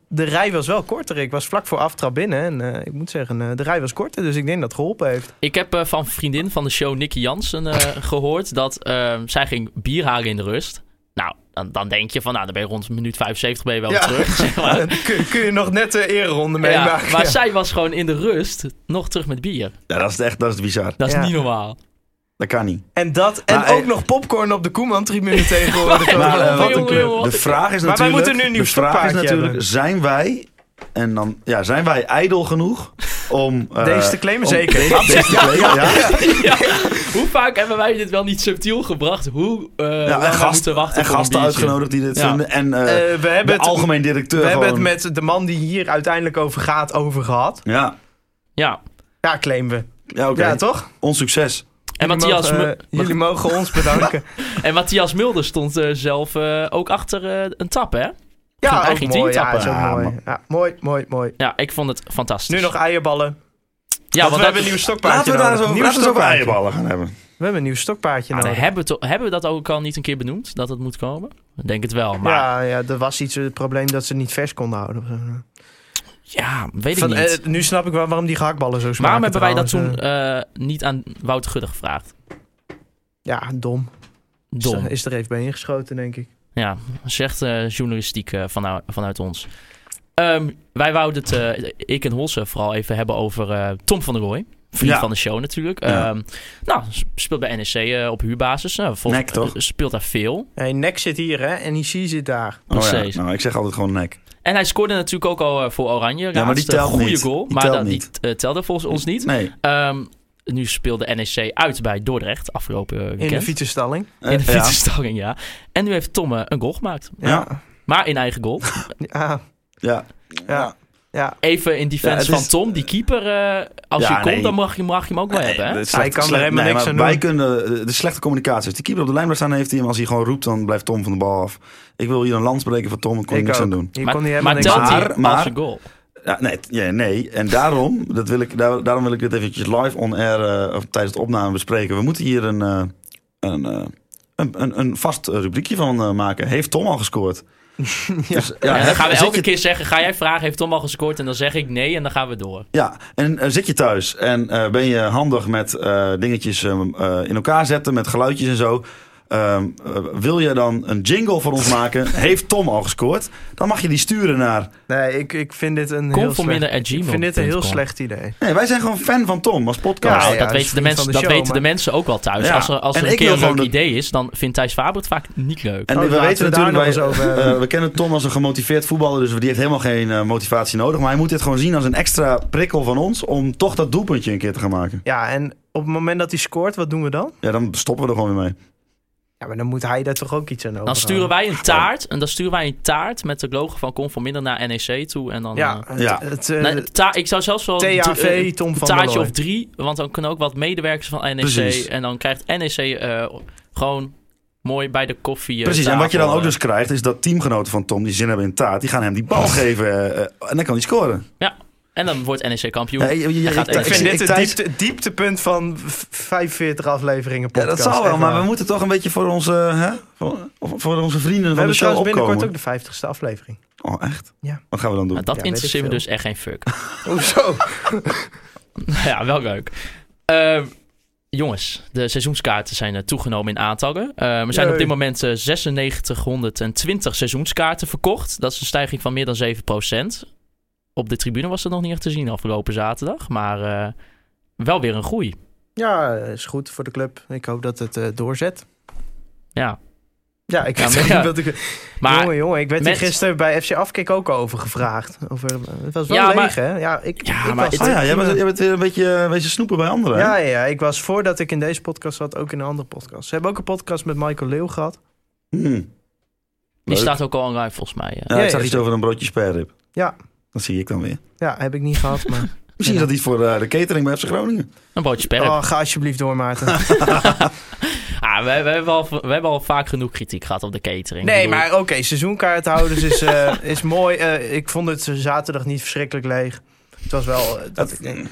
C: de rij was wel korter. Ik was vlak voor aftrap binnen en eh, ik moet zeggen, eh, de rij was korter. Dus ik denk dat het geholpen heeft.
A: Ik heb eh, van vriendin van de show Nicky Jansen eh, gehoord dat eh, zij ging bier halen in de rust. Nou, dan, dan denk je van, nou, dan ben je rond minuut 75 ben je wel
C: Ja.
A: terug. Zeg maar.
C: kun, kun je nog net de ereronde
A: Ja,
C: meemaken.
A: maar
C: ja.
A: zij was gewoon in de rust nog terug met bier.
B: Ja, dat is echt dat is bizar.
A: Dat is
C: Ja.
A: niet normaal.
B: Dat kan niet.
C: En dat. En
B: Maar, eh,
C: ook nog popcorn op de Koeman-tribune tegenwoordig.
B: Maar, eh,
A: jongen,
B: wat een
A: jongen,
B: club.
A: jongen, wat
B: De vraag is natuurlijk...
C: Maar wij moeten nu een nieuw
B: De vraag is
C: stokpaardje
B: natuurlijk,
C: hebben.
B: zijn wij... En dan, ja, zijn wij ijdel genoeg om... eh,
C: Deze te claimen?
B: om
C: Zeker.
B: Deze, deze te claimen, ja. ja.
A: Ja, hoe vaak hebben wij dit wel niet subtiel gebracht? Hoe eh lang
B: en
A: we
B: gast-
A: moeten wachten
B: en
A: voor een
B: gasten
A: biertje?
B: uitgenodigd die dit
A: Ja.
B: vinden. En eh,
C: Eh, we hebben
B: de
C: het,
B: algemeen directeur
C: we hebben het
B: gewoon.
C: met de man die hier uiteindelijk over gaat, over gehad.
B: Ja,
A: Ja,
C: Ja, claimen we.
B: ja oké.
C: Ja, toch?
B: Ons succes.
A: en
C: Jullie
A: Matthias,
C: mogen,
A: Mu-
C: eh, jullie mogen ons bedanken.
A: en Matthias Mulder stond eh, zelf eh, ook achter eh, een tap, hè?
C: ja, ook
A: eigenlijk
C: mooi.
A: tien
C: Ja, is ook
B: tappen. Ja,
C: mooi. Ja, mooi, mooi, mooi.
A: Ja, ik vond het fantastisch.
C: Nu nog eieballen.
A: ja,
C: want we hebben een nieuw stokpaardje
B: Laten we daar
C: nodig.
B: zo
C: Nieuw
B: laten we het over
C: stokpaardje.
B: eierballen gaan hebben.
C: We hebben een nieuw stokpaardje
A: Nou, dan
C: nodig.
A: hebben, we to- hebben we dat ook al niet een keer benoemd, dat het moet komen? Ik denk het wel, maar ja,
C: Ja, ja, er was iets, eh, het probleem dat ze het niet vers konden houden. of zo.
A: weet ik
C: Van,
A: niet.
C: eh, nu snap ik wel waarom die gehaktballen zo
A: Waarom
C: smaken.
A: hebben wij dat toen
C: trouwens,
A: eh, niet aan Wouter Gudde gevraagd?
C: eh. Ja, dom. Is
A: Dom.
C: er- Is er even bij ingeschoten, denk ik.
A: Ja, zegt eh, journalistiek eh, vanou- vanuit ons. Ehm, wij wouden het, eh, ik en Holse vooral even hebben over eh, Tom van der Rooij. Vriend
B: Ja.
A: van de show natuurlijk.
B: Ja.
A: Ehm, nou, s- speelt bij NEC eh, op huurbasis. Nou, vol-
B: Nek, toch?
A: Speelt daar veel.
C: Hey, Nek zit hier, hè? En Isi zit daar.
B: Oh, ja.
A: Precies.
B: Nou, ik zeg altijd gewoon nek.
A: En hij scoorde natuurlijk ook al eh, voor Oranje.
B: maar
A: Raadste
B: die telt
A: goede
B: niet.
A: goal.
B: Die
A: maar
B: telt
A: dat,
B: niet.
A: die eh, telde volgens ons niet.
B: Nee.
A: Ehm, nu speelde NEC uit bij Dordrecht afgelopen eh,
C: In de
A: weekend.
C: fietsenstalling.
A: In de
B: Eh, ja.
A: fietsenstalling, ja. En nu heeft Tom eh, een goal gemaakt.
B: Ja.
A: Maar in eigen goal.
C: Ja.
B: Ja.
C: Ja. ja.
A: Even in
B: Ja,
A: defense
B: het
A: van
B: is-
A: Tom, die keeper. eh, als
B: Ja,
A: je komt,
B: nee.
A: dan mag je, mag je hem ook wel hebben. Hè?
B: Nee,
C: Hij kan er helemaal niks
B: maar
C: aan
B: Wij
C: doen.
B: kunnen eh, de slechte communicatie. Als die keeper op de lijn blijft staan, heeft hij hem. Als hij gewoon roept, dan blijft Tom van de bal af. Ik wil hier een lans breken voor Tom. Ik kon er
C: Ik
B: niks
C: ook.
B: aan doen.
C: Hier
A: maar
C: kon hij helemaal
A: maar
C: niks
A: telt
C: aan
B: aan
A: hij
B: doen. Maar-
A: als een goal?
B: Ja, nee, t- ja, nee. En daarom, dat wil ik, daar- daarom wil ik dit eventjes live on air eh, of tijdens de opname bespreken. We moeten hier een, eh, een, eh, een, een, een vast eh, rubriekje van eh, maken. Heeft Tom al gescoord? Dus,
A: Ja, dan
B: heb-
A: gaan we
B: zit
A: elke
B: je-
A: keer zeggen, ga jij vragen, heeft Tom al gescoord? En dan zeg ik nee en dan gaan we door.
B: Ja, en eh, zit je thuis en eh, ben je handig met eh, dingetjes eh, eh, in elkaar zetten, met geluidjes en zo. ehm, eh, wil je dan een jingle voor ons maken? Heeft Tom al gescoord? Dan mag je die sturen naar.
C: Nee, ik, ik vind dit een heel slecht... Ik
A: Conforminder.gmail.com
C: vind dit een heel slecht idee.
B: Nee, wij zijn gewoon fan van Tom als podcast.
A: Nou,
C: Ja,
A: dat
C: dat is
A: weten, de
C: niet
A: mensen,
C: van de
A: dat
C: show,
A: weten de
C: maar-
A: mensen ook wel thuis.
B: Ja.
A: Als er, als
B: En
A: er een
B: ik
A: keer
B: wil
A: een leuk
B: gewoon dat-
A: idee is, dan vindt Thijs Faber het vaak niet leuk.
B: En
C: Oh,
B: we
C: laten
B: weten
C: we daar
B: natuurlijk, wij,
C: nog eens over hebben.
B: eh, we kennen Tom als een gemotiveerd voetballer, dus die heeft helemaal geen eh, motivatie nodig. Maar hij moet dit gewoon zien als een extra prikkel van ons om toch dat doelpuntje een keer te gaan maken.
C: Ja, en op het moment dat hij scoort, wat doen we dan?
B: Ja, dan stoppen we er gewoon weer mee.
C: Ja, maar dan moet hij daar toch ook iets aan over
A: Dan sturen wij een taart. En dan sturen wij een taart met de logo van Conforminder naar NEC toe. En dan,
C: Ja,
A: eh,
C: het,
B: Ja.
C: het, eh,
A: nee, ta- ik zou zelfs wel
C: THV
A: drie- eh, een
C: Tom van der
A: taartje
C: Looy.
A: of drie. Want dan kunnen ook wat medewerkers van NEC.
B: Precies.
A: En dan krijgt NEC eh, gewoon mooi bij de koffie. eh,
B: Precies, en wat je dan
A: tafel,
B: ook dus krijgt, is dat teamgenoten van Tom die zin hebben in taart, die gaan hem die bal geven eh, eh, en dan kan hij scoren.
A: eh, Ja, en dan wordt NEC kampioen.
B: dus Ja, je- je- je-
A: Hij gaat
B: ik-
C: ik vind
B: ik-
C: dit
B: ik-
C: het
B: Thijs-
C: diepte, het dieptepunt van v- 45 afleveringen
B: Ja,
C: podcast.
B: dat zal wel,
C: echt
B: maar
C: waar.
B: we moeten toch een beetje voor onze, eh, hè, voor, voor onze vrienden
C: We
B: van de
C: hebben
B: show
C: trouwens binnenkort
B: opkomen.
C: ook de 50ste aflevering.
B: Oh, echt?
C: Ja.
B: Wat gaan we dan doen?
A: Nou, dat
C: Ja,
A: interesseert me
C: weet ik
A: dus echt geen fuck.
C: Hoezo?
A: ja, wel leuk. Ehm, jongens, de seizoenskaarten zijn eh, toegenomen in aantallen. Ehm, er zijn op
C: Yay.
A: dit moment eh, 9620 seizoenskaarten verkocht. Dat is een stijging van meer dan 7%. Op de tribune was dat nog niet echt te zien afgelopen zaterdag. Maar eh, wel weer een groei.
C: Ja, is goed voor de club. Ik hoop dat het eh, doorzet.
A: Ja.
C: Ja, ik
A: Ja,
C: weet
A: maar-
C: niet
A: ja.
C: wat ik...
A: Maar
C: jongen, jongen, ik werd hier
A: mensen-
C: gisteren bij FC Afkik ook over gevraagd. Over, eh, het was wel
A: Ja,
C: leeg,
A: maar-
C: hè? Ja, ik,
A: Ja,
C: ik
A: maar
C: was
A: het-
B: Oh ja, jij bent, jij bent weer een beetje, eh, beetje snoepen bij anderen. hè?
C: Ja, ja, ja, ik was voordat ik in deze podcast zat ook in een andere podcast. Ze hebben ook een podcast met Michael Leeuw gehad.
B: Hm.
A: die
B: Leuk.
A: staat ook al online volgens mij. eh.
B: Ja,
C: Ja,
B: ik zag iets
C: ja, zeker.
B: over een broodje sperrip.
C: Ja.
B: Dat zie ik dan weer.
C: Ja, heb ik niet gehad, maar...
B: Misschien is dat iets voor eh, de catering bij FC Groningen.
A: Een broodje sperp.
C: Oh, ga alsjeblieft door, Maarten.
A: Ah, we, we, hebben al, we hebben al vaak genoeg kritiek gehad op de catering. Ik
C: Nee,
A: bedoel,
C: maar oké, seizoenkaarthouders is, eh, is mooi. Eh, ik vond het zaterdag niet verschrikkelijk leeg. Het was wel... eh, dat ik denk,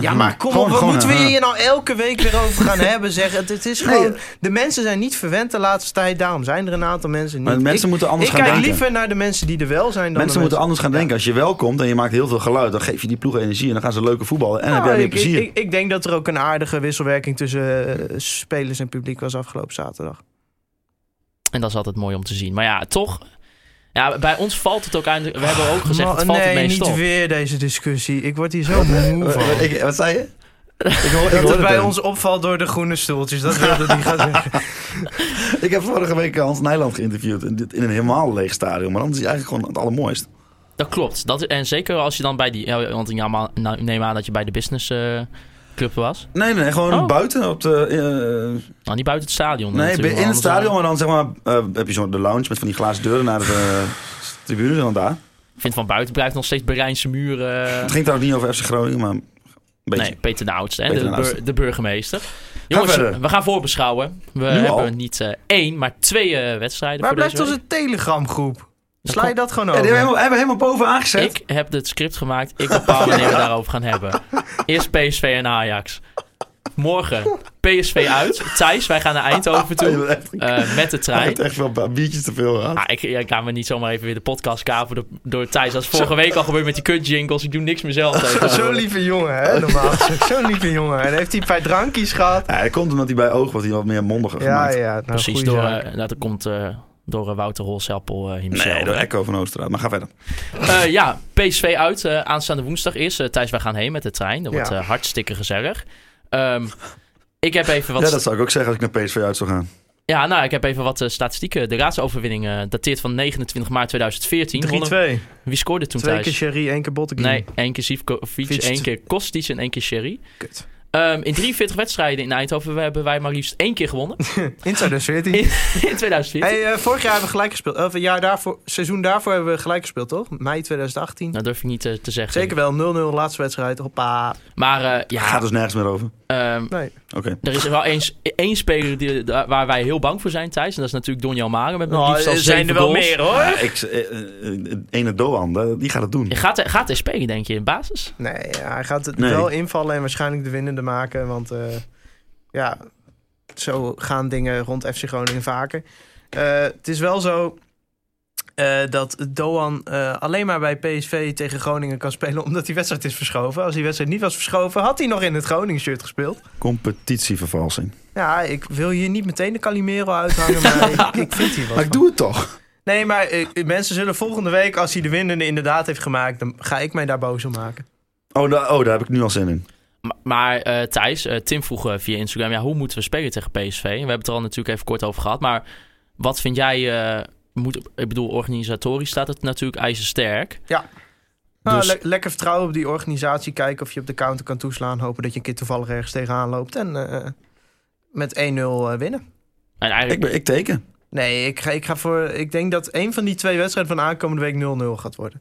C: ja, maar kom
B: Gewoon-
C: op, wat
B: gewoon,
C: moeten we
B: eh,
C: hier nou elke week weer over gaan hebben? Zeg, het, het is
B: Nee, eh-
C: gewoon... De mensen zijn niet verwend de laatste tijd, daarom zijn er een aantal mensen niet.
B: Maar de mensen
C: ik
B: moeten anders
C: ik
B: gaan
C: kijk
B: denken.
C: liever naar de mensen die er wel zijn dan
B: Mensen
C: de
B: moeten anders gaan denken. Als je wel komt en je maakt heel veel geluid, dan geef je die ploeg energie en dan gaan ze leuke voetballen en dan heb jij
C: Nou,
B: weer
C: ik,
B: plezier.
C: Ik, ik, ik denk dat er ook een aardige wisselwerking tussen eh, spelers en publiek was afgelopen zaterdag.
A: En dat is altijd mooi om te zien. Maar ja, toch. Ja, bij ons valt het ook aan. We hebben ook gezegd,
C: Maar-
A: het valt
C: nee,
A: het meest
C: niet
A: op.
C: weer deze discussie. Ik word hier zo moe van.
B: Wat- ik- wat zei je? Eh, Ik, hoor- ik,
C: Dat
B: hoorde
C: het bij
B: hem.
C: ons opvalt door de groene stoeltjes. Dat wilde die gaan zeggen.
B: ik heb vorige week Hans Nijland geïnterviewd in, dit- in een helemaal leeg stadion. Maar dan is hij eigenlijk gewoon het allermooist.
A: Dat klopt. Dat, en zeker als je dan bij die... ja, Want ik neem aan- nou, neem aan dat je bij de business eh, club was.
B: Nee, nee, gewoon
A: Oh.
B: buiten op de... eh,
A: Nou, niet buiten het stadion.
B: nee,
A: natuurlijk,
B: in het
A: want
B: stadion,
A: anders,
B: maar dan zeg maar, eh, heb je zo de lounge met van die glazen deuren naar de eh, tribune en dan daar.
A: eh, Ik vind van buiten blijft nog steeds Berijnse muren.
B: Het ging trouwens niet over FC Groningen, maar een beetje.
A: nee, Peter Nouts, hè,
B: Peter
A: de,
B: Nouts.
A: bur- de burgemeester. Jongens,
B: verder.
A: we gaan voorbeschouwen. We
B: Nu
A: hebben
B: al?
A: niet eh, één, maar twee eh, wedstrijden
C: Waar
A: voor
C: blijft
A: deze week.
C: onze telegramgroep?
A: Dat
C: Sla je dat gewoon
B: Ja, die hebben we
C: over?
B: helemaal, hebben we helemaal bovenaan gezet.
A: Ik heb het script gemaakt. Ik bepaal wanneer we daarover gaan hebben. Eerst PSV en Ajax. Morgen PSV uit. Thijs, wij gaan naar Eindhoven
B: Ah, je
A: toe.
B: bent echt- je
A: eh, met de trein.
B: hebt echt wel een paar biertjes te veel gehad.
A: Ah, ik, ja, ik laat me niet zomaar even weer de podcast kaven door, door Thijs. Dat is vorige week al gebeurd met die kut jingles. Ik doe niks mezelf tegen.
C: Zo'n lieve jongen, hè? Normaal gezegd. Zo'n lieve jongen. En heeft hij een paar drankjes gehad?
B: Ja, dat komt omdat hij bij oog wat hij wat meer mondiger
C: Ja,
B: gemaakt.
C: ja. nou,
A: Precies,
C: goeie
A: door,
C: zaak.
A: eh, dat komt eh, door eh, Wouter Holseppel eh himself.
B: Nee, door Echo van Oosterhout. Maar ga verder.
A: Eh, ja, PSV uit. eh, aanstaande woensdag is. eh Thijs, wij gaan heen met de trein. Dat wordt
C: Ja.
A: eh, hartstikke gezellig. Ehm, ik heb even wat
B: Ja, dat zou ik ook zeggen als ik naar PSV uit zou gaan.
A: Ja, nou, ik heb even wat eh, statistieken. De raadsoverwinning eh, dateert van 29 maart 2014. Wonnen-
C: 3-2.
A: Wie scoorde toen
C: Twee
A: thuis?
C: keer Sherry, één keer Botteguin.
A: Nee, één keer Sivkovic,
C: Fietst.
A: één keer Kostic en één keer Sherry.
C: Kut.
A: Ehm, in 43 wedstrijden in Eindhoven we- hebben wij maar liefst één keer gewonnen.
C: In 2014.
A: In- in 2014.
C: Hey, eh, vorig jaar hebben we gelijk gespeeld. Of een jaar daarvoor, seizoen daarvoor hebben we gelijk gespeeld, toch? Mei 2018.
A: Dat durf ik niet eh, te zeggen.
C: Zeker wel, 0-0 laatste wedstrijd. Hoppa.
A: Maar eh,
B: Gaat
A: ja,
B: dus nergens meer over.
A: ehm,
C: Nee.
B: Oké.
A: er is wel eens één speler die, da- waar wij heel bang voor zijn, Thijs. En dat is natuurlijk Donjan Mare met maar liefst al zeven goals.
C: hoor.
B: Ja, ik, eh, eh, eh, ene Doan, eh, die gaat het doen.
A: Gaat hij, gaat hij spelen, denk je, in basis?
C: Nee, ja, hij gaat het
B: Nee.
C: wel invallen en waarschijnlijk de winnende maken. Want eh, ja, zo gaan dingen rond FC Groningen vaker. Eh, het is wel zo. eh, dat Doan eh, alleen maar bij PSV tegen Groningen kan spelen omdat die wedstrijd is verschoven. Als die wedstrijd niet was verschoven, had hij nog in het Groningen shirt gespeeld.
B: Competitievervalsing.
C: Ja, ik wil hier niet meteen de Calimero uithangen, maar ik, ik vind hier wat
B: Maar ik
C: van.
B: doe het toch?
C: Nee, maar eh, mensen zullen volgende week, als hij de winnende inderdaad heeft gemaakt, dan ga ik mij daar boos om maken.
B: Oh, daar- oh daar heb ik nu al zin in.
A: M- Maar eh, Thijs, eh, Tim vroeg eh, via Instagram, ja, hoe moeten we spelen tegen PSV? We hebben het er al natuurlijk even kort over gehad, maar wat vind jij, eh, moet, ik bedoel, organisatorisch staat het natuurlijk ijzersterk.
C: Nou,
A: Dus-
C: le- lekker vertrouwen op die organisatie, kijken of je op de counter kan toeslaan, hopen dat je een keer toevallig ergens tegenaan loopt en eh, met 1-0 eh, winnen.
A: En
B: Ik,
A: eigenlijk,
B: ben, ik teken.
C: Nee, ik, ga, ik, ga voor, ik denk dat één van die twee wedstrijden van aankomende week 0-0 gaat worden.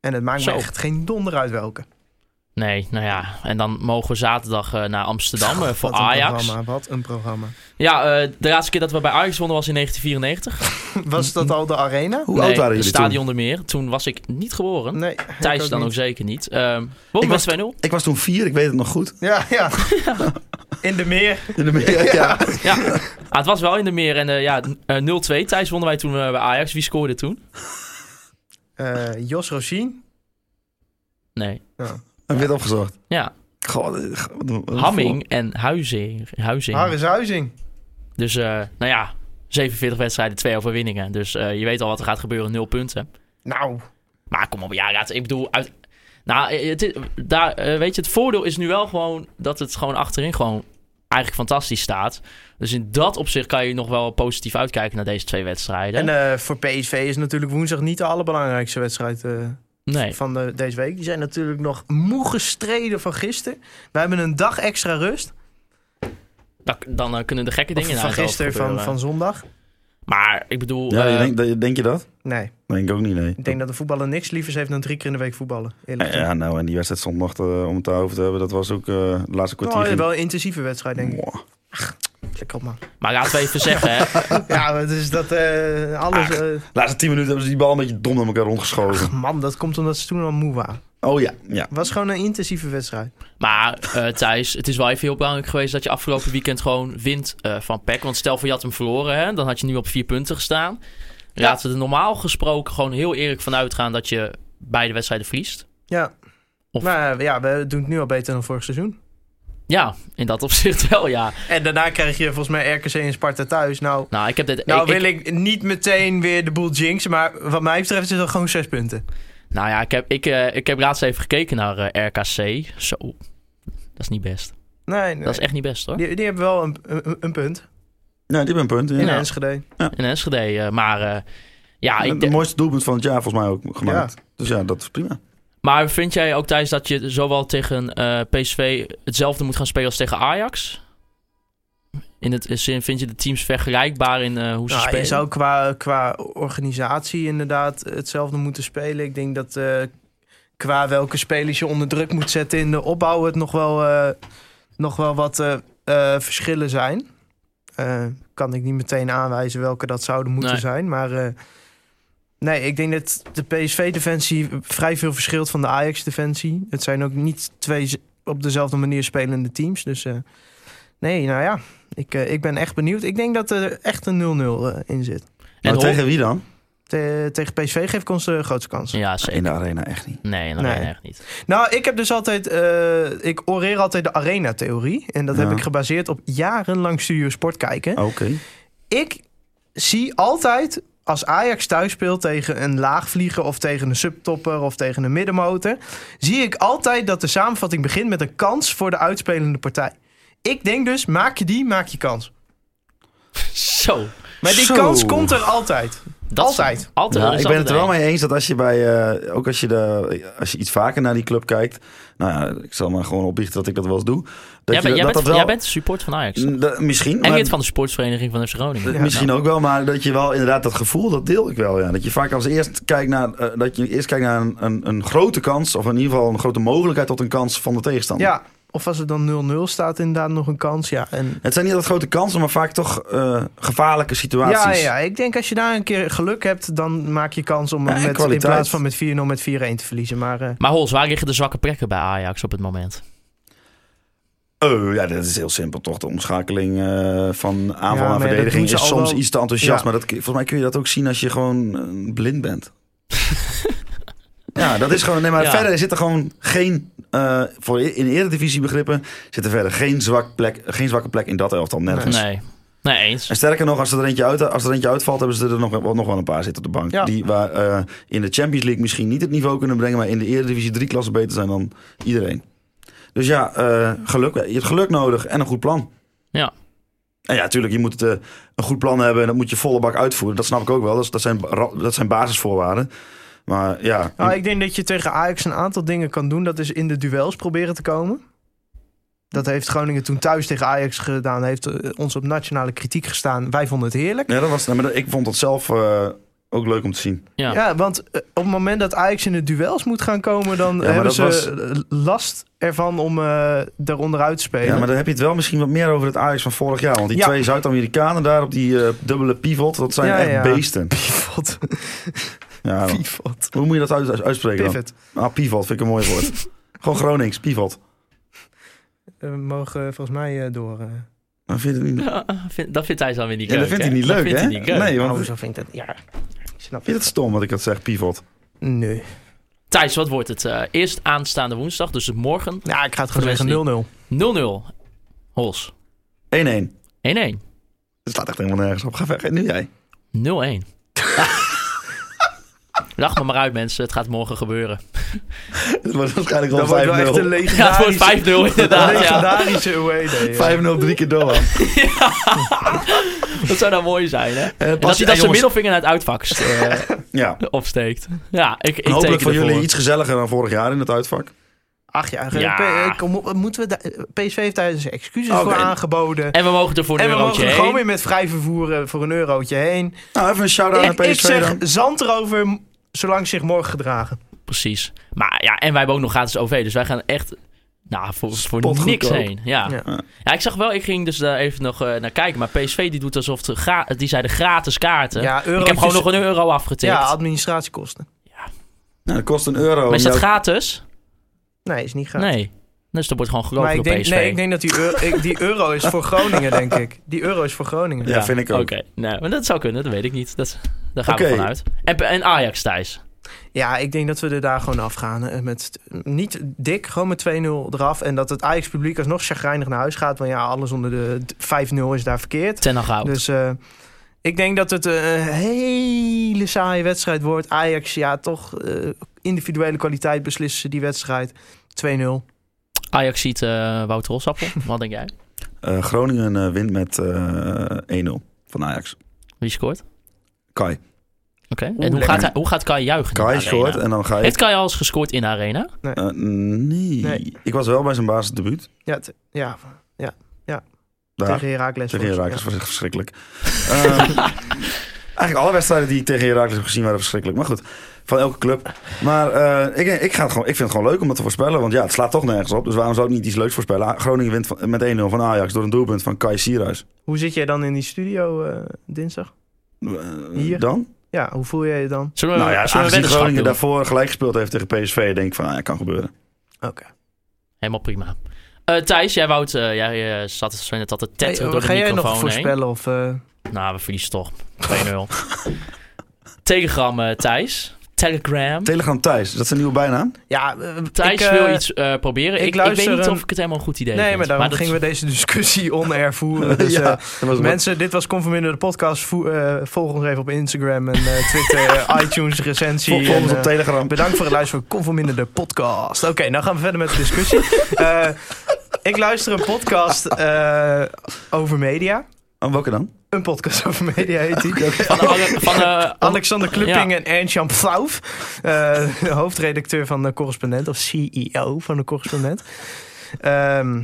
C: En het maakt
A: Zo.
C: me echt geen donder uit welke.
A: nee, nou ja, en dan mogen we zaterdag eh, naar Amsterdam eh, voor
C: Wat een
A: Ajax.
C: Programma, wat een programma.
A: Ja, eh, de laatste keer dat we bij Ajax wonnen was in 1994.
C: Was dat al de arena?
B: Hoe
A: Nee,
B: oud waren
A: het
B: jullie
A: stadion
B: toen?
A: er meer. Toen was ik niet geboren.
C: Nee. ik
A: Thijs
C: ook
A: dan
C: niet.
A: ook zeker niet. Ehm ik
B: Ik was-
A: was 2-0.
B: Ik was toen vier, ik weet het nog goed.
C: Ja, ja. In de meer.
B: In de meer, ja.
A: Ja, Ah, het was wel in de meer. En eh, ja, eh, 0-2. Thijs wonnen wij toen eh, bij Ajax. Wie scoorde toen?
C: Eh, Jos Rosien.
A: Nee.
B: En werd opgezocht.
A: Ja,
B: God, eh, wat een- wat een
A: Hamming en Huizing. Huizing.
C: Harris Huizing.
A: Dus, eh, nou ja, 47 wedstrijden, twee overwinningen. Dus eh, je weet al wat er gaat gebeuren, nul punten.
C: Nou,
A: Maar kom op, ja, ja, ik bedoel... Uit... Nou, eh, het is- daar, eh, weet je, het voordeel is nu wel gewoon dat het gewoon achterin gewoon eigenlijk fantastisch staat. Dus in dat opzicht kan je nog wel positief uitkijken naar deze twee wedstrijden.
C: en eh, voor PSV is natuurlijk woensdag niet de allerbelangrijkste wedstrijd eh,
A: nee.
C: van de, deze week. Die zijn natuurlijk nog moe gestreden van gisteren. Wij hebben een dag extra rust.
A: Dan, dan eh, kunnen de gekke
C: Of
A: dingen
C: van
A: uit het hoofd
C: gisteren, van,
A: gebeuren.
C: van zondag.
A: Maar ik bedoel,
B: Ja,
A: eh,
B: je denkt dat- denk je dat?
C: Nee,
B: Denk ik ook niet, nee.
C: ik denk dat de voetballer niks lievers heeft dan drie keer in de week voetballen. Eerlijk
B: Ja,
C: gezegd.
B: ja, nou, en die wedstrijd zondag eh, om het over te hebben, dat was ook eh het laatste kwartier.
A: Oh,
C: Nou,
B: ging-
C: wel een intensieve wedstrijd, denk ik.
B: Mwah.
C: Lekker op, man.
A: maar laten we even zeggen, hè,
C: Ja, maar dus dat eh, alles...
B: Ach.
A: Ah.
C: eh,
B: laatste tien minuten hebben ze die bal een beetje dom naar elkaar rondgeschoven.
C: man, dat komt omdat ze toen al moe waren.
B: Oh ja, ja.
C: Het was gewoon een intensieve wedstrijd.
A: Maar eh, Thijs, het is wel even heel belangrijk geweest dat je afgelopen weekend gewoon wint eh, van PEC. Want stel voor je had hem verloren, hè, dan had je nu op vier punten gestaan. Laten we er normaal gesproken gewoon heel eerlijk van uitgaan dat je beide wedstrijden verliest.
C: Ja.
A: Of-
C: Maar eh, ja, we doen het nu al beter dan vorig seizoen.
A: Ja, in dat opzicht wel, ja.
C: En daarna krijg je volgens mij RKC en Sparta thuis. Nou,
A: Nou, ik heb dit...
C: nou
A: ik, ik-
C: wil ik, niet meteen weer de boel jinxen, maar wat mij betreft is dat gewoon zes punten.
A: nou ja, ik heb, ik, eh, ik heb laatst even gekeken naar eh, RKC. Zo, dat is niet best.
C: Nee, nee.
A: Dat is echt niet best, hoor.
C: die, die hebben wel een, een, een punt
B: Nou, die hebben een punt. Ja.
C: in
A: Ja.
C: Enschede.
A: In Enschede, eh, maar... eh, ja, ik
B: Het
A: de-
B: mooiste doelpunt van het jaar volgens mij ook gemaakt. Dus ja, dat is prima.
A: maar vind jij ook, Thijs, dat je zowel tegen eh, PSV hetzelfde moet gaan spelen als tegen Ajax? In het eh, zin, vind je de teams vergelijkbaar in eh, hoe ze
C: Nou, je
A: spelen?
C: zou qua, qua organisatie inderdaad hetzelfde moeten spelen. Ik denk dat eh, qua welke spelers je onder druk moet zetten in de opbouw... het nog wel, eh, nog wel wat eh, eh, verschillen zijn. Eh, kan ik niet meteen aanwijzen welke dat zouden moeten
A: Nee.
C: zijn. Maar eh, nee, ik denk dat de PSV-defensie vrij veel verschilt van de Ajax-defensie. Het zijn ook niet twee z- op dezelfde manier spelende teams. Dus eh, nee, nou ja, ik, eh, ik ben echt benieuwd. Ik denk dat er echt een 0-0 eh, in zit.
B: En
A: En Hol-
B: Nou, tegen wie dan?
C: Te- tegen PSV geef ik ons de grootste kans.
A: Ja, zeker.
B: In de arena echt niet.
A: Nee, dat
C: Nee.
A: nee. echt niet.
C: Nou, ik heb dus altijd, eh, ik oreer altijd de arena-theorie. En dat
B: Ja.
C: heb ik gebaseerd op jarenlang Studio Sport kijken.
B: Ah, Oké.
C: ik zie altijd als Ajax thuis speelt tegen een laagvlieger of tegen een subtopper of tegen een middenmotor, zie ik altijd dat de samenvatting begint met een kans voor de uitspelende partij. Ik denk dus, maak je die, maak je kans.
A: Zo.
C: Maar die
B: Zo.
C: kans komt er altijd.
A: Dat
C: Altijd.
A: altijd.
B: Nou,
A: er is
B: ik ben het er
A: altijd
B: wel mee eens dat als je bij, eh, ook als je, de, als je iets vaker naar die club kijkt, nou ja, ik zal maar gewoon opbiechten dat ik dat wel eens doe. Dat
A: Jij,
B: je,
A: bent- jij
B: dat,
A: bent,
B: dat wel,
A: jij bent de support van Ajax.
B: Mm, dat- misschien,
A: en
B: maar-
A: lid van de sportsvereniging van FC Groningen.
B: Eh, Misschien
C: nou.
B: ook wel, maar dat je wel inderdaad dat gevoel, dat deel ik wel. Ja. Dat je vaak als eerst kijkt naar, eh, dat je eerst kijkt naar een, een, een grote kans, of in ieder geval een grote mogelijkheid tot een kans van de tegenstander.
C: Ja, of als het dan 0-0 staat, inderdaad nog een kans. Ja, en...
B: Het zijn niet altijd grote kansen, maar vaak toch eh, gevaarlijke situaties.
C: ja, ja, ik denk als je daar een keer geluk hebt, dan maak je kans om
B: Ja, en
C: met, in
B: kwaliteit.
C: plaats van met 4-0 met 4-1 te verliezen. Maar eh,
A: Maar Hols, waar liggen de zwakke plekken bij Ajax op het moment?
B: Eh, ja, dat is heel simpel toch. De omschakeling eh, van
C: maar
B: aanval
C: ja,
B: naar
C: dat doen
B: verdediging
C: ze
B: is
C: al
B: soms
C: wel.
B: iets te enthousiast.
C: Ja.
B: Maar dat, kun- volgens mij kun je dat ook zien als je gewoon eh, blind bent. ja, dat is gewoon... Nee, maar
A: Ja.
B: verder zit er gewoon geen... eh, voor in eredivisie begrippen zit er verder geen, zwak plek, geen zwakke plek in dat elftal. Nergens.
A: Nee. Nee, eens.
B: En sterker nog, als er, eentje uit, als er eentje uitvalt, hebben ze er nog, wel- nog wel een paar zitten op de bank.
C: Ja.
B: Die waar eh, in de Champions League misschien niet het niveau kunnen brengen, maar in de Eredivisie drie klassen beter zijn dan iedereen. Dus ja, eh, geluk. Je hebt geluk nodig en een goed plan.
A: Ja.
B: En ja, natuurlijk, je moet eh, een goed plan hebben en dat moet je volle bak uitvoeren. Dat snap ik ook wel. Dat, is- dat, zijn, ra- dat zijn basisvoorwaarden. Maar ja,
C: Nou, ik denk dat je tegen Ajax een aantal dingen kan doen. Dat is in de duels proberen te komen. Dat heeft Groningen toen thuis tegen Ajax gedaan. Heeft eh, ons op nationale kritiek gestaan. Wij vonden het heerlijk.
B: ja, dat was, nou, maar dat- ik vond dat zelf eh, ook leuk om te zien.
A: Ja.
C: Ja, want eh, op het moment dat Ajax in de duels moet gaan komen... dan
B: maar
C: hebben
B: dat
C: ze
B: was-
C: eh, last ervan om eh daaronder uit te spelen.
B: Ja, maar dan heb je het wel misschien wat meer over het Ajax van vorig jaar. Want die
C: Ja.
B: twee Zuid-Amerikanen daar op die eh, dubbele pivot, dat zijn
C: Ja,
B: echt
C: ja.
B: beesten.
C: Pivot.
B: Ja,
C: Pivot.
B: hoe moet je dat uit- uitspreken dan?
C: Pivot.
B: Ah, pivot vind ik een mooi woord. Gewoon Gronings, pivot.
C: Eh, We mogen eh, volgens mij eh, door. eh.
B: Maar vind je het niet...
A: Ja, vind- dat vindt hij dan weer niet
B: Ja,
A: leuk.
B: dat vindt hij
A: hè?
B: niet leuk,
A: vindt
B: hè?
A: hij niet leuk.
B: Nee, want
C: Oh,
B: vind
C: zo vind ik dat... Ja, ik snap
B: je
C: het.
B: het stom dat ik dat zeg, pivot?
C: Nee.
A: Thijs, wat wordt het? eh, eerst aanstaande woensdag, dus morgen 0-0.
C: Ja, ik ga het gewoon
A: Voor de mensen
C: zeggen 0-0.
A: Hols.
B: 1-1. Het
A: 1-1.
B: staat echt helemaal nergens op. Ga weg. Nu jij.
A: 0-1. Lach me maar uit, mensen. Het gaat morgen gebeuren.
B: Het wordt waarschijnlijk
C: Dat wordt wel
B: al 5-0.
C: echt een
A: Ja, het wordt 5-0
C: legendarische...
A: inderdaad. Ja.
C: legendarische E away day.
B: 5-0 drie keer door.
A: Dat zou nou mooi zijn, hè? En dat
B: pas-
A: hij
B: en
A: dan zijn
B: jongens-
A: middelvinger naar het uitvak eh,
B: Ja.
A: opsteekt. Ja, ik, ik
B: En
A: teken
B: hopelijk voor jullie
A: ervoor.
B: iets gezelliger dan vorig jaar in het uitvak.
C: Ach ja,
A: Ja.
C: P- eh, kom op, moeten we daar- PSV heeft daar dus excuses
B: Oké.
C: voor aangeboden.
A: En we mogen er voor een
C: En we
A: eurotje
C: mogen er gewoon
A: heen.
C: weer met vrij vervoer eh, voor een eurotje heen.
B: Nou, even een shout-out
C: Ik,
B: naar
C: ik
B: PSV
C: zeg
B: dan.
C: zand erover, m- zolang ze zich morgen gedragen.
A: Precies. Maar ja, en wij hebben ook nog gratis OV. Dus wij gaan echt nou, voor, voor
B: Spotgoedkoop.
A: niks heen. Ja.
C: Ja.
A: Ja. ik zag wel, ik ging dus daar even nog eh, naar kijken. Maar PSV die doet alsof de gra- die zeiden gratis kaarten.
C: Ja,
A: ik heb
C: eurotjes-
A: gewoon nog een euro afgetikt.
C: Ja, administratiekosten.
B: Nou, dat kost een euro.
A: maar is dat
B: Jouw-
A: gratis?
C: Nee, is niet gaaf.
A: Nee. Dus dat wordt gewoon
C: maar
A: gelopen
C: ik
A: door
C: denk,
A: PSV.
C: nee, ik denk dat die, euro, ik- die euro is voor Groningen, denk ik. Die euro is voor Groningen.
B: Ja, vind ik ook.
A: Oké, nou, maar dat zou kunnen, dat weet ik niet. Dat, daar gaan we
B: Oké.
A: vanuit. En, en Ajax, Thijs.
C: Ja, ik denk dat we er daar gewoon afgaan. eh, Met, niet dik, gewoon met 2-0 eraf. En dat het Ajax-publiek alsnog chagrijnig naar huis gaat. Want ja, alles onder de d- 5-0 is daar verkeerd.
A: Ten nog
B: Oh.
A: oud.
C: Dus eh, ik denk dat het eh, een hele saaie wedstrijd wordt. Ajax, ja, toch eh, individuele kwaliteit beslissen ze die wedstrijd. 2-0.
A: Ajax ziet eh Wouter Rosappel. Wat denk jij?
B: Eh, Groningen eh, wint met eh 1-0 van Ajax.
A: Wie scoort? Oké.
B: Kai.
A: En hoe
C: lekker.
A: gaat, hij, hoe gaat Kai juichen? in de
B: Kai
A: arena?
B: scoort en dan ga ik...
A: Heeft Kai al eens gescoord in de arena?
B: Eh, nee.
C: Nee.
B: Ik was wel bij zijn basisdebuut.
C: Ja, t- ja,
B: Daar.
C: tegen Heracles.
B: Tegen
C: volgens-
B: Herakles was echt verschrikkelijk. Ehm, eigenlijk alle wedstrijden die ik tegen Herakles heb gezien waren verschrikkelijk. Maar goed, van elke club. Maar eh, ik, ik, ga het gewoon, ik vind het gewoon leuk om dat te voorspellen. Want ja, het slaat toch nergens op. Dus waarom zou ik niet iets leuks voorspellen? Ah, Groningen wint van- met 1-0 van Ajax door een doelpunt van Kai Sierhuis.
C: ja. Hoe zit jij dan in die studio eh, dinsdag?
B: Eh,
C: Hier?
B: Dan?
C: Ja, hoe voel jij je dan?
A: Zullen we,
B: Nou ja,
A: zullen we
B: aangezien
A: weddenschap
B: Groningen
A: doen?
B: daarvoor gelijk gespeeld heeft tegen PSV... denk ik van, nou ja, kan gebeuren.
C: Oké.
A: Helemaal prima. Eh, Thijs, jij wou het, eh, jij eh, zat zo net altijd
C: Hey,
A: tetteren door de
C: eh, ga jij
A: microfoon
C: nog
A: heen.
C: voorspellen? Of, eh,
A: Nou, we verliezen toch. 2-0. Telegram, eh, Thijs. Telegram.
B: Telegram Thijs, is dat zijn nieuwe bijnaam?
C: ja, eh,
A: Thijs
C: ik, eh,
A: wil iets eh, proberen.
C: ik
A: Ik, ik,
C: luister
A: weet niet
C: een-
A: of ik het helemaal een goed idee
C: Nee,
A: vind.
C: maar daarom
A: dat-
C: gingen we deze discussie on-air voeren. Dus, eh,
B: Ja, dat was wat-
C: Mensen, dit was Conforminder de podcast. Vo- eh, volg ons even op Instagram en eh, Twitter, eh, iTunes, recensie.
B: Vol- Volg ons
C: en,
B: op
C: eh,
B: Telegram.
C: Bedankt voor het luisteren. Conforminder de podcast. Oké, nou gaan we verder met de discussie. Eh, ik luister een podcast eh, over media.
B: Oh, welke dan?
C: Een podcast over media heet die.
A: Van, de- van, de-
C: Alexander Klupping
A: Ja.
C: en Ernst-Jan Pflauf. eh, hoofdredacteur van de correspondent, of CEO van de correspondent. Ehm,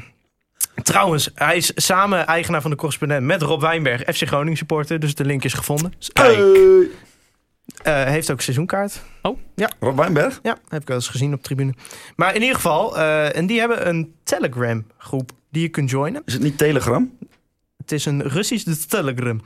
C: trouwens, hij is samen eigenaar van de correspondent met Rob Wijnberg, FC Groningen supporter. Dus de link is gevonden.
B: Hey.
C: Eh, heeft ook seizoenkaart.
B: Rob Wijnberg?
C: Ja, heb ik wel eens gezien op tribune. Maar in ieder geval, eh, en die hebben een Telegram groep die je kunt joinen.
B: Is het niet Telegram?
C: Het is een Russisch de Telegram.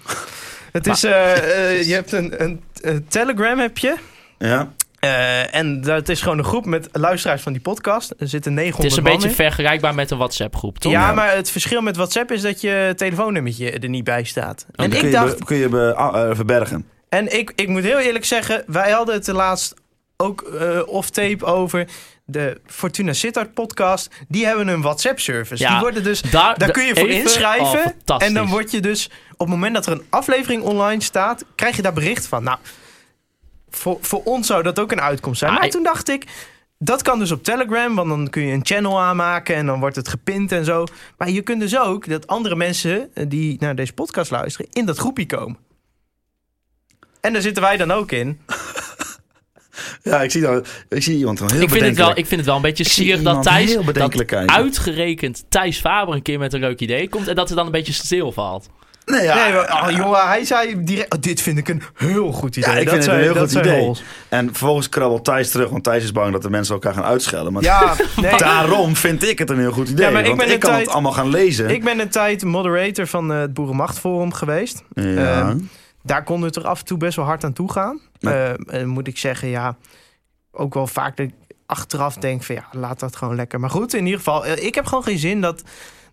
C: Het is, eh, eh, je hebt een, een, een Telegram heb je.
B: Ja.
C: Eh, en dat is gewoon een groep met luisteraars van die podcast. Er zitten 900
A: Het is een
C: man
A: beetje
C: in.
A: vergelijkbaar met een WhatsApp-groep, toch?
C: Ja, maar het verschil met WhatsApp is dat je telefoonnummertje er niet bij staat. En
B: Dan kun
C: ik
B: je,
C: dacht,
B: be- kun je be- ah, eh, verbergen.
C: en ik, ik moet heel eerlijk zeggen, wij hadden het de laatst ook eh off-tape over de Fortuna Sittard podcast. Die hebben een WhatsApp-service.
A: Ja,
C: Die worden dus, daar kun je voor
A: erin- Oh,
C: inschrijven.
A: fantastisch.
C: en dan word je dus, op het moment dat er een aflevering online staat, krijg je daar bericht van. Nou, voor, voor ons zou dat ook een uitkomst zijn.
A: Ah,
C: maar
A: ik-
C: toen dacht ik, dat kan dus op Telegram, want dan kun je een channel aanmaken en dan wordt het gepint en zo. Maar je kunt dus ook dat andere mensen eh, die naar deze podcast luisteren, in dat groepje komen. En daar zitten wij dan ook in.
B: Ja, ik zie, dat, ik zie iemand gewoon heel
A: ik, vind het wel,
B: bedenkelijk.
A: ik vind het wel een beetje
B: zie
A: zielig dat
B: iemand
A: Thijs,
B: heel
A: dat
B: bedenkelijk kijken.
A: uitgerekend Thijs Faber een keer met een leuk idee komt en dat het dan een beetje stilvalt.
B: Nee, ja,
C: Nee, maar, oh, jongen, hij zei direct, oh, dit vind ik een heel goed idee.
B: Ja, ik
C: dat
B: vind het
C: zei-
B: een heel
C: dat
B: goed
C: zei
B: idee.
C: Rolls.
B: En vervolgens krabbelt Thijs terug, want Thijs is bang dat de mensen elkaar gaan uitschelden. Maar
C: Ja, nee,
B: daarom vind ik het een heel goed idee.
C: Ja, maar ik
B: want
C: ben
B: ik
C: een
B: kan
C: tijd-
B: het allemaal gaan lezen.
C: Ik ben een tijd moderator van eh, het Boerenmachtforum geweest.
B: ja.
C: ehm, Daar kon het er af en toe best wel hard aan toe gaan. Eh, eh, moet ik zeggen, ja, ook wel vaak dat ik achteraf denk van ja, laat dat gewoon lekker. Maar goed, in ieder geval, eh, ik heb gewoon geen zin dat,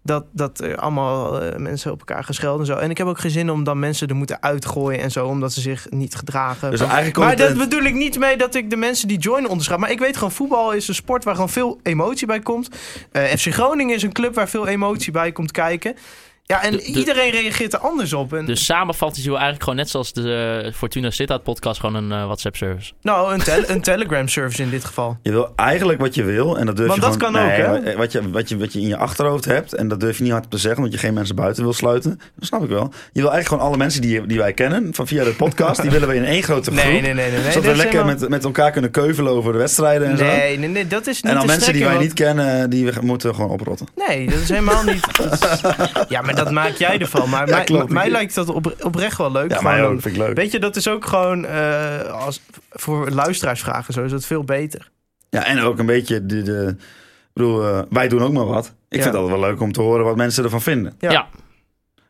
C: dat, dat er allemaal eh, mensen op elkaar geschelden en zo. En ik heb ook geen zin om dan mensen er moeten uitgooien en zo, omdat ze zich niet gedragen.
B: dus eigenlijk komt
C: maar
B: het-
C: dat bedoel ik niet mee dat ik de mensen die joinen onderschat. Maar ik weet gewoon, voetbal is een sport waar gewoon veel emotie bij komt. Eh, FC Groningen is een club waar veel emotie bij komt kijken. Ja, en
A: De- de-
C: iedereen reageert er anders op. En,
A: Dus samenvattend is hij eigenlijk gewoon net zoals de eh, Fortuna Sittard podcast gewoon een eh, WhatsApp-service.
C: Nou, een, tel- een telegram-service in dit geval.
B: Je wil eigenlijk wat je wil. En dat durf
C: Want
B: je
C: dat
B: gewoon-
C: kan ook, hè?
B: maar Wat je, wat, je, wat je in je achterhoofd hebt. En dat durf je niet hard te zeggen, omdat je geen mensen buiten wil sluiten. Dat snap ik wel. Je wil eigenlijk gewoon alle mensen die, die wij kennen van via de podcast. die willen we in één grote groep.
C: Nee, nee, nee. nee, nee
B: zodat
C: dat
B: we
C: is
B: lekker
C: helemaal-
B: met, met elkaar kunnen keuvelen over de wedstrijden en zo.
C: Nee, nee, nee, dat is niet
B: En dan
C: de
B: mensen die wij
C: strekking,
B: niet kennen, die we ge- moeten gewoon oprotten.
C: want- Nee, dat is helemaal niet... dat is- Ja, maar dat maak jij ervan. Maar mij,
B: klopt.
C: mij lijkt dat op, oprecht wel leuk.
B: Ja,
C: Gewoon
B: mij
C: dan-
B: ook. Vind ik leuk.
C: Weet je, dat is ook gewoon... eh, als, voor luisteraarsvragen zo is dat veel beter.
B: Ja, en ook een beetje de... de ik bedoel, eh, wij doen ook maar wat. Ik
C: Ja.
B: vind het altijd wel leuk om te horen wat mensen ervan vinden.
C: Ja.
A: ja,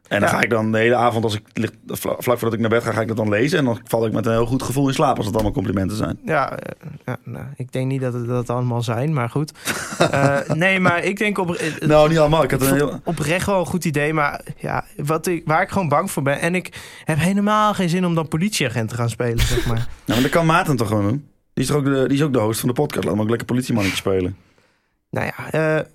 B: En dan
C: Ja.
B: ga ik dan de hele avond, als ik lig- vla- vlak voordat ik naar bed ga, ga ik dat dan lezen. En dan val ik met een heel goed gevoel in slaap als het allemaal complimenten zijn.
C: Ja, eh, ja nou, ik denk niet dat het dat allemaal zijn, maar goed. Eh, nee, maar ik denk op, eh,
B: Nou, niet allemaal. Ik had
C: Ik
B: een
C: vond
B: heel...
C: oprecht wel een goed idee, maar ja, wat ik, waar ik gewoon bang voor ben. En ik heb helemaal geen zin om dan politieagent te gaan spelen, zeg maar.
B: Nou, maar dat kan Maarten toch gewoon doen? Die is, toch ook de, die is ook de host van de podcast. Laat hem ook lekker politiemannetje spelen.
C: nou ja, eh,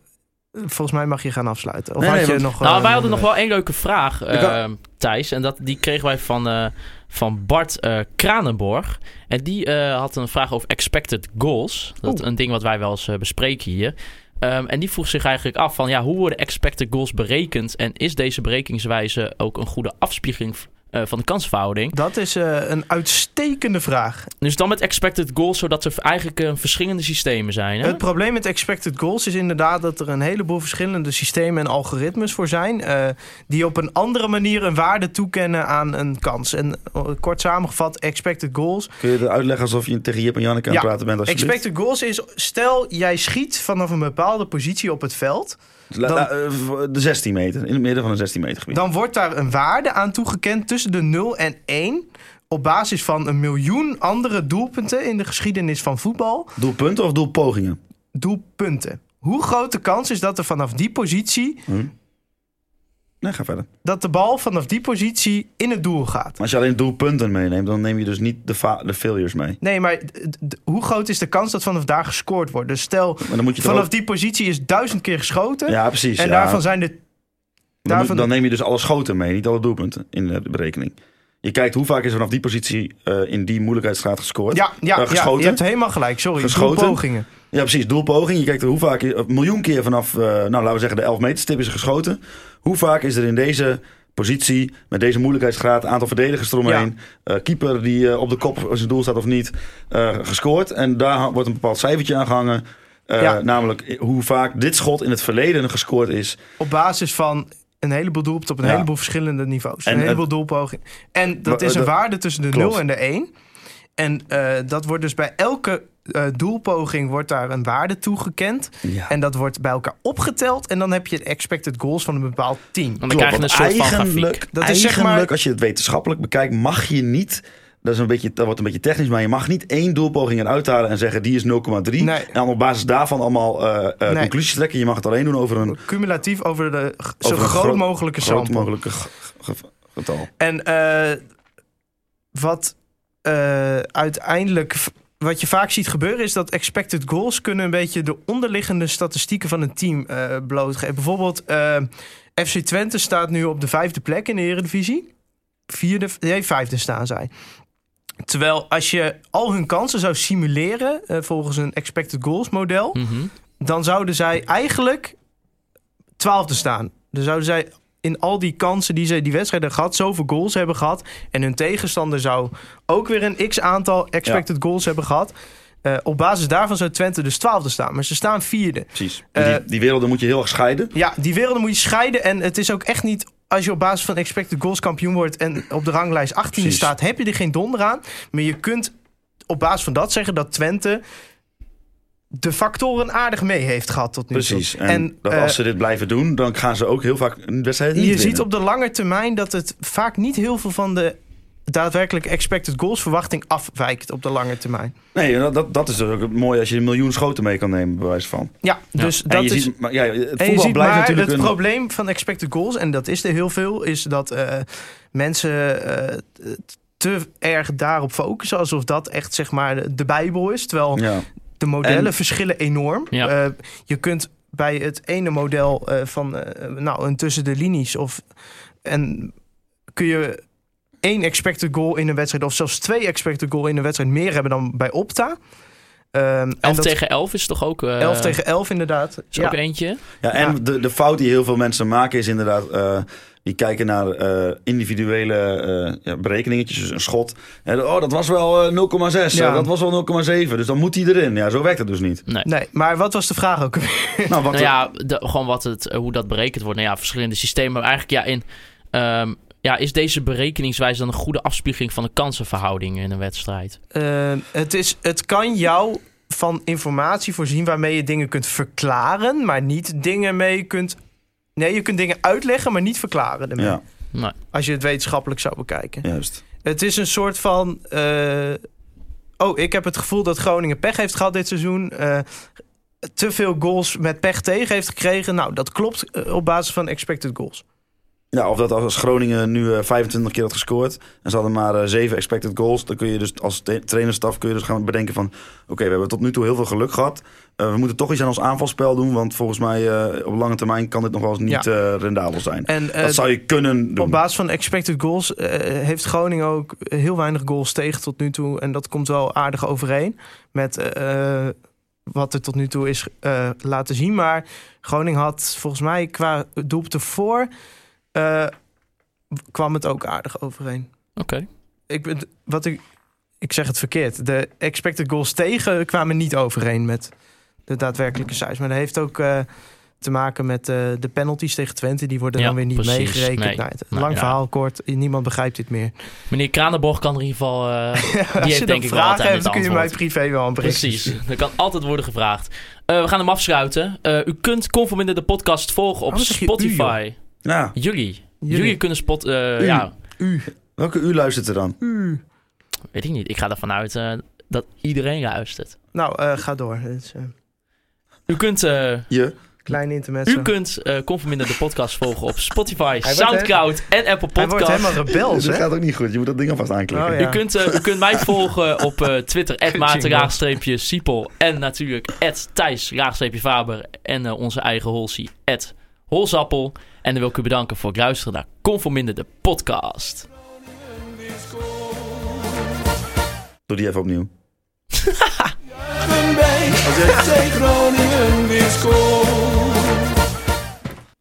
C: volgens mij mag je gaan afsluiten. Of
B: Nee,
C: had
B: nee,
C: je
B: want-
C: nog...
A: Nou,
C: eh,
A: wij hadden nog wel één leuke vraag, eh,
B: kan-
A: Thijs. En dat, die kregen wij van, eh, van Bart eh, Kranenborg. En die eh, had een vraag over expected goals. Dat is een ding wat wij wel eens eh, bespreken hier. Ehm, en die vroeg zich eigenlijk af van... Ja, hoe worden expected goals berekend? En is deze berekeningswijze ook een goede afspiegeling... eh, van de kansverhouding.
C: Dat is eh, een uitstekende vraag.
A: Dus dan met expected goals, zodat er eigenlijk eh, verschillende systemen zijn. Hè?
C: Het probleem met expected goals is inderdaad dat er een heleboel verschillende systemen en algoritmes voor zijn. eh, die op een andere manier een waarde toekennen aan een kans. En eh, kort samengevat, expected goals
B: Kun je het uitleggen alsof je tegen Jip en Janneke aan het
C: Ja,
B: praten bent? alsjeblieft?
C: Expected goals is, stel jij schiet vanaf een bepaalde positie op het veld,
B: La- la- eh, de 16 meter. In het midden van een 16 meter gebied.
C: dan wordt daar een waarde aan toegekend tussen de 0 en 1 op basis van een miljoen andere doelpunten in de geschiedenis van voetbal.
B: Doelpunten of doelpogingen?
C: Doelpunten. Hoe groot de kans is dat er vanaf die positie,
B: Nee, ga verder.
C: dat de bal vanaf die positie in het doel gaat?
B: Maar als je alleen doelpunten meeneemt, dan neem je dus niet de, fa- de failures mee.
C: Nee, maar d- d- hoe groot is de kans dat vanaf daar gescoord wordt? Dus stel,
B: Maar dan moet je toch
C: vanaf
B: ook-
C: die positie is duizend keer geschoten
B: Ja, precies.
C: en
B: ja.
C: daarvan zijn er
B: Dan, moet-
C: daarvan-
B: dan neem je dus alle schoten mee, niet alle doelpunten in de berekening. Je kijkt hoe vaak is er vanaf die positie eh, in die moeilijkheidsgraad gescoord.
C: Ja, ja,
B: Eh,
C: ja,
B: geschoten.
C: je hebt helemaal gelijk. Sorry,
B: Geschoten.
C: doelpogingen.
B: Ja, precies. Doelpoging. Je kijkt er hoe vaak, een miljoen keer vanaf, eh, nou laten we zeggen, de 11 meterstip is er geschoten. Hoe vaak is er in deze positie, met deze moeilijkheidsgraad, aantal verdedigers eromheen, eh, keeper die eh, op de kop zijn doel staat of niet, eh, gescoord. En daar ha- wordt een bepaald cijfertje aan gehangen. eh,
C: Ja.
B: Namelijk hoe vaak dit schot in het verleden gescoord is.
C: Op basis van een heleboel doelpunten op een
B: Ja.
C: heleboel verschillende niveaus.
B: En
C: een
B: het-
C: heleboel doelpogingen. En dat
B: Maar,
C: is een
B: eh, dat-
C: waarde tussen de
B: Klopt.
C: 0 en de 1. En eh, dat wordt dus bij elke eh, doelpoging wordt daar een waarde toegekend.
B: Ja.
C: En dat wordt bij elkaar opgeteld. En dan heb je de expected goals van een bepaald team.
A: Want dan krijg je een
B: want
A: soort van grafiek.
B: eigenlijk,
C: Dat is zeg
B: eigenlijk,
C: maar-
B: als je het wetenschappelijk bekijkt, mag je niet dat, is een beetje, dat wordt een beetje technisch, maar je mag niet één doelpoging eruit halen en zeggen die is 0,3.
C: Nee.
B: En dan op basis daarvan allemaal eh, eh,
C: Nee.
B: conclusies trekken. Je mag het alleen doen over een
C: Cumulatief over de g- zo
B: Over een
C: groot,
B: groot-
C: mogelijke
B: groot
C: sample.
B: mogelijke ge- ge- getal.
C: En eh, wat eh, uiteindelijk, v- wat je vaak ziet gebeuren, is dat expected goals kunnen een beetje de onderliggende statistieken van een team eh, blootgeven. Bijvoorbeeld, eh, FC Twente staat nu op de vijfde plek in de Eredivisie. Vierde, nee, vijfde staan zij. Terwijl als je al hun kansen zou simuleren eh, volgens een expected goals model,
A: Mhm.
C: dan zouden zij eigenlijk twaalfde staan. Dan zouden zij in al die kansen die zij die wedstrijd hebben gehad, zoveel goals hebben gehad. En hun tegenstander zou ook weer een x aantal expected goals hebben gehad. Eh, op basis daarvan zou Twente dus twaalfde staan. Maar ze staan vierde.
B: Precies.
C: Eh,
B: die, die werelden moet je heel erg scheiden.
C: Ja, die werelden moet je scheiden. En het is ook echt niet. Als je op basis van expected goals kampioen wordt en op de ranglijst 18e
B: Precies.
C: staat, heb je er geen donder aan. Maar je kunt op basis van dat zeggen dat Twente de factoren aardig mee heeft gehad tot nu toe.
B: Precies. En, dat
C: eh,
B: als ze dit blijven doen, dan gaan ze ook heel vaak een wedstrijd
C: je
B: niet winnen.
C: ziet op de lange termijn dat het vaak niet heel veel van de daadwerkelijke expected goals verwachting afwijkt op de lange termijn.
B: Nee, dat, dat, dat is dus ook het mooie als je een miljoen schoten mee kan nemen, bij wijze van.
C: Ja, dus
B: en
C: dat
B: je
C: is.
B: ziet, maar, ja, het
C: En je
B: voetbal
C: ziet
B: blijft
C: maar
B: natuurlijk
C: het
B: een...
C: probleem van expected goals, en dat is er heel veel, is dat eh, mensen eh, te erg daarop focussen. Alsof dat echt zeg maar de Bijbel is. Terwijl
B: Ja.
C: de modellen
B: En-
C: verschillen enorm.
A: Ja.
C: Eh, je kunt bij het ene model eh, van eh, nou, een tussen de linies of en kun je één expected goal in een wedstrijd of zelfs twee expected goal in een wedstrijd meer hebben dan bij Opta. Ehm, en
A: 11
C: dat-
A: tegen 11 is toch ook... eh
C: 11 tegen 11 inderdaad.
A: Is ook eentje.
B: Ja, en
C: Ja.
B: De, de fout die heel veel mensen maken is inderdaad... eh, die kijken naar eh, individuele eh, ja, berekeningetjes, dus een schot. En, oh, dat was wel eh, 0,6,
C: Ja.
B: eh, dat was wel 0,7, dus dan moet hij erin. Ja, zo werkt het dus niet.
A: Nee.
C: Nee, maar wat was de vraag ook? weer?
B: Nou, wat
A: Nou ja, de- gewoon wat het, eh, hoe dat berekend wordt. Nou ja, verschillende systemen. Maar eigenlijk ja, in, ehm, ja, is deze berekeningswijze dan een goede afspiegeling van de kansenverhouding in een wedstrijd?
C: Eh, het, is, het kan jou van informatie voorzien waarmee je dingen kunt verklaren, maar niet dingen mee kunt. Nee, je kunt dingen uitleggen, maar niet verklaren. ermee.
B: Ja,
A: Nee.
C: Als je het wetenschappelijk zou bekijken.
B: juist.
C: Het is een soort van. eh, oh, ik heb het gevoel dat Groningen pech heeft gehad dit seizoen. eh, te veel goals met pech tegen heeft gekregen. Nou, dat klopt eh, op basis van expected goals.
B: Ja, of dat als Groningen nu eh, 25 keer had gescoord en ze hadden maar eh, 7 expected goals, dan kun je dus als te- trainerstaf kun je dus gaan bedenken van, oké, we hebben tot nu toe heel veel geluk gehad. Eh, we moeten toch iets aan ons aanvalspel doen, want volgens mij eh, op lange termijn kan dit nog wel eens niet eh, rendabel zijn.
C: En eh,
B: dat zou je kunnen
C: op
B: doen.
C: basis van expected goals eh, heeft Groningen ook heel weinig goals tegen tot nu toe. En dat komt wel aardig overeen met eh, eh, wat er tot nu toe is eh, laten zien. Maar Groningen had volgens mij qua doelpunten voor. eh, kwam het ook aardig overeen.
A: Oké.
C: ik, ben- wat ik, ik zeg het verkeerd. De expected goals tegen kwamen niet overeen met de daadwerkelijke cijfers. Maar dat heeft ook eh, te maken met eh, de penalties tegen Twente. Die worden
A: Ja,
C: dan weer niet
A: precies.
C: meegerekend.
A: Nee.
C: Nou, het-
A: Nee,
C: lang
A: ja.
C: verhaal kort. Niemand begrijpt dit meer.
A: Meneer Kranenborg kan er in ieder geval... eh,
C: Als
A: die
C: je
A: heeft
C: dan
A: denk ik wel
C: vragen
A: altijd
C: hebt,
A: het
C: dan kun je mij
A: antwoord.
C: privé wel een berichtje
A: Precies,
C: sturen.
A: dat kan altijd worden gevraagd. Eh, we gaan hem afsluiten. Eh, u kunt Conforminder de podcast volgen op
C: Waarom zeg je u,
A: Spotify.
B: Ja,
A: Jullie.
C: Jullie.
A: Jullie. kunnen spot... eh,
B: U.
A: Ja,
B: welke u luistert er dan?
A: weet ik niet. Ik ga ervan uit eh, dat iedereen luistert.
C: Nou, eh, ga door. Het is, eh,
A: U kunt... eh,
B: Je?
C: klein internet.
A: U kunt eh Conforminder de podcast volgen op Spotify,
C: wordt
A: Soundcloud en Apple
C: Hij wordt helemaal
A: Podcasts.
C: rebels,
B: Dus dat
C: hè?
B: gaat ook niet goed, je moet dat ding alvast aanklikken.
C: Oh, ja.
A: U kunt, eh, u kunt mij volgen op eh, Twitter, maarten-siepel. En natuurlijk thijs-faber. En eh, onze eigen Holsie, holsappel. En dan wil ik u bedanken voor het luisteren naar Conforminder de podcast.
B: Doe die even opnieuw.
D: Juichen bij als FC Groningen weer scoort.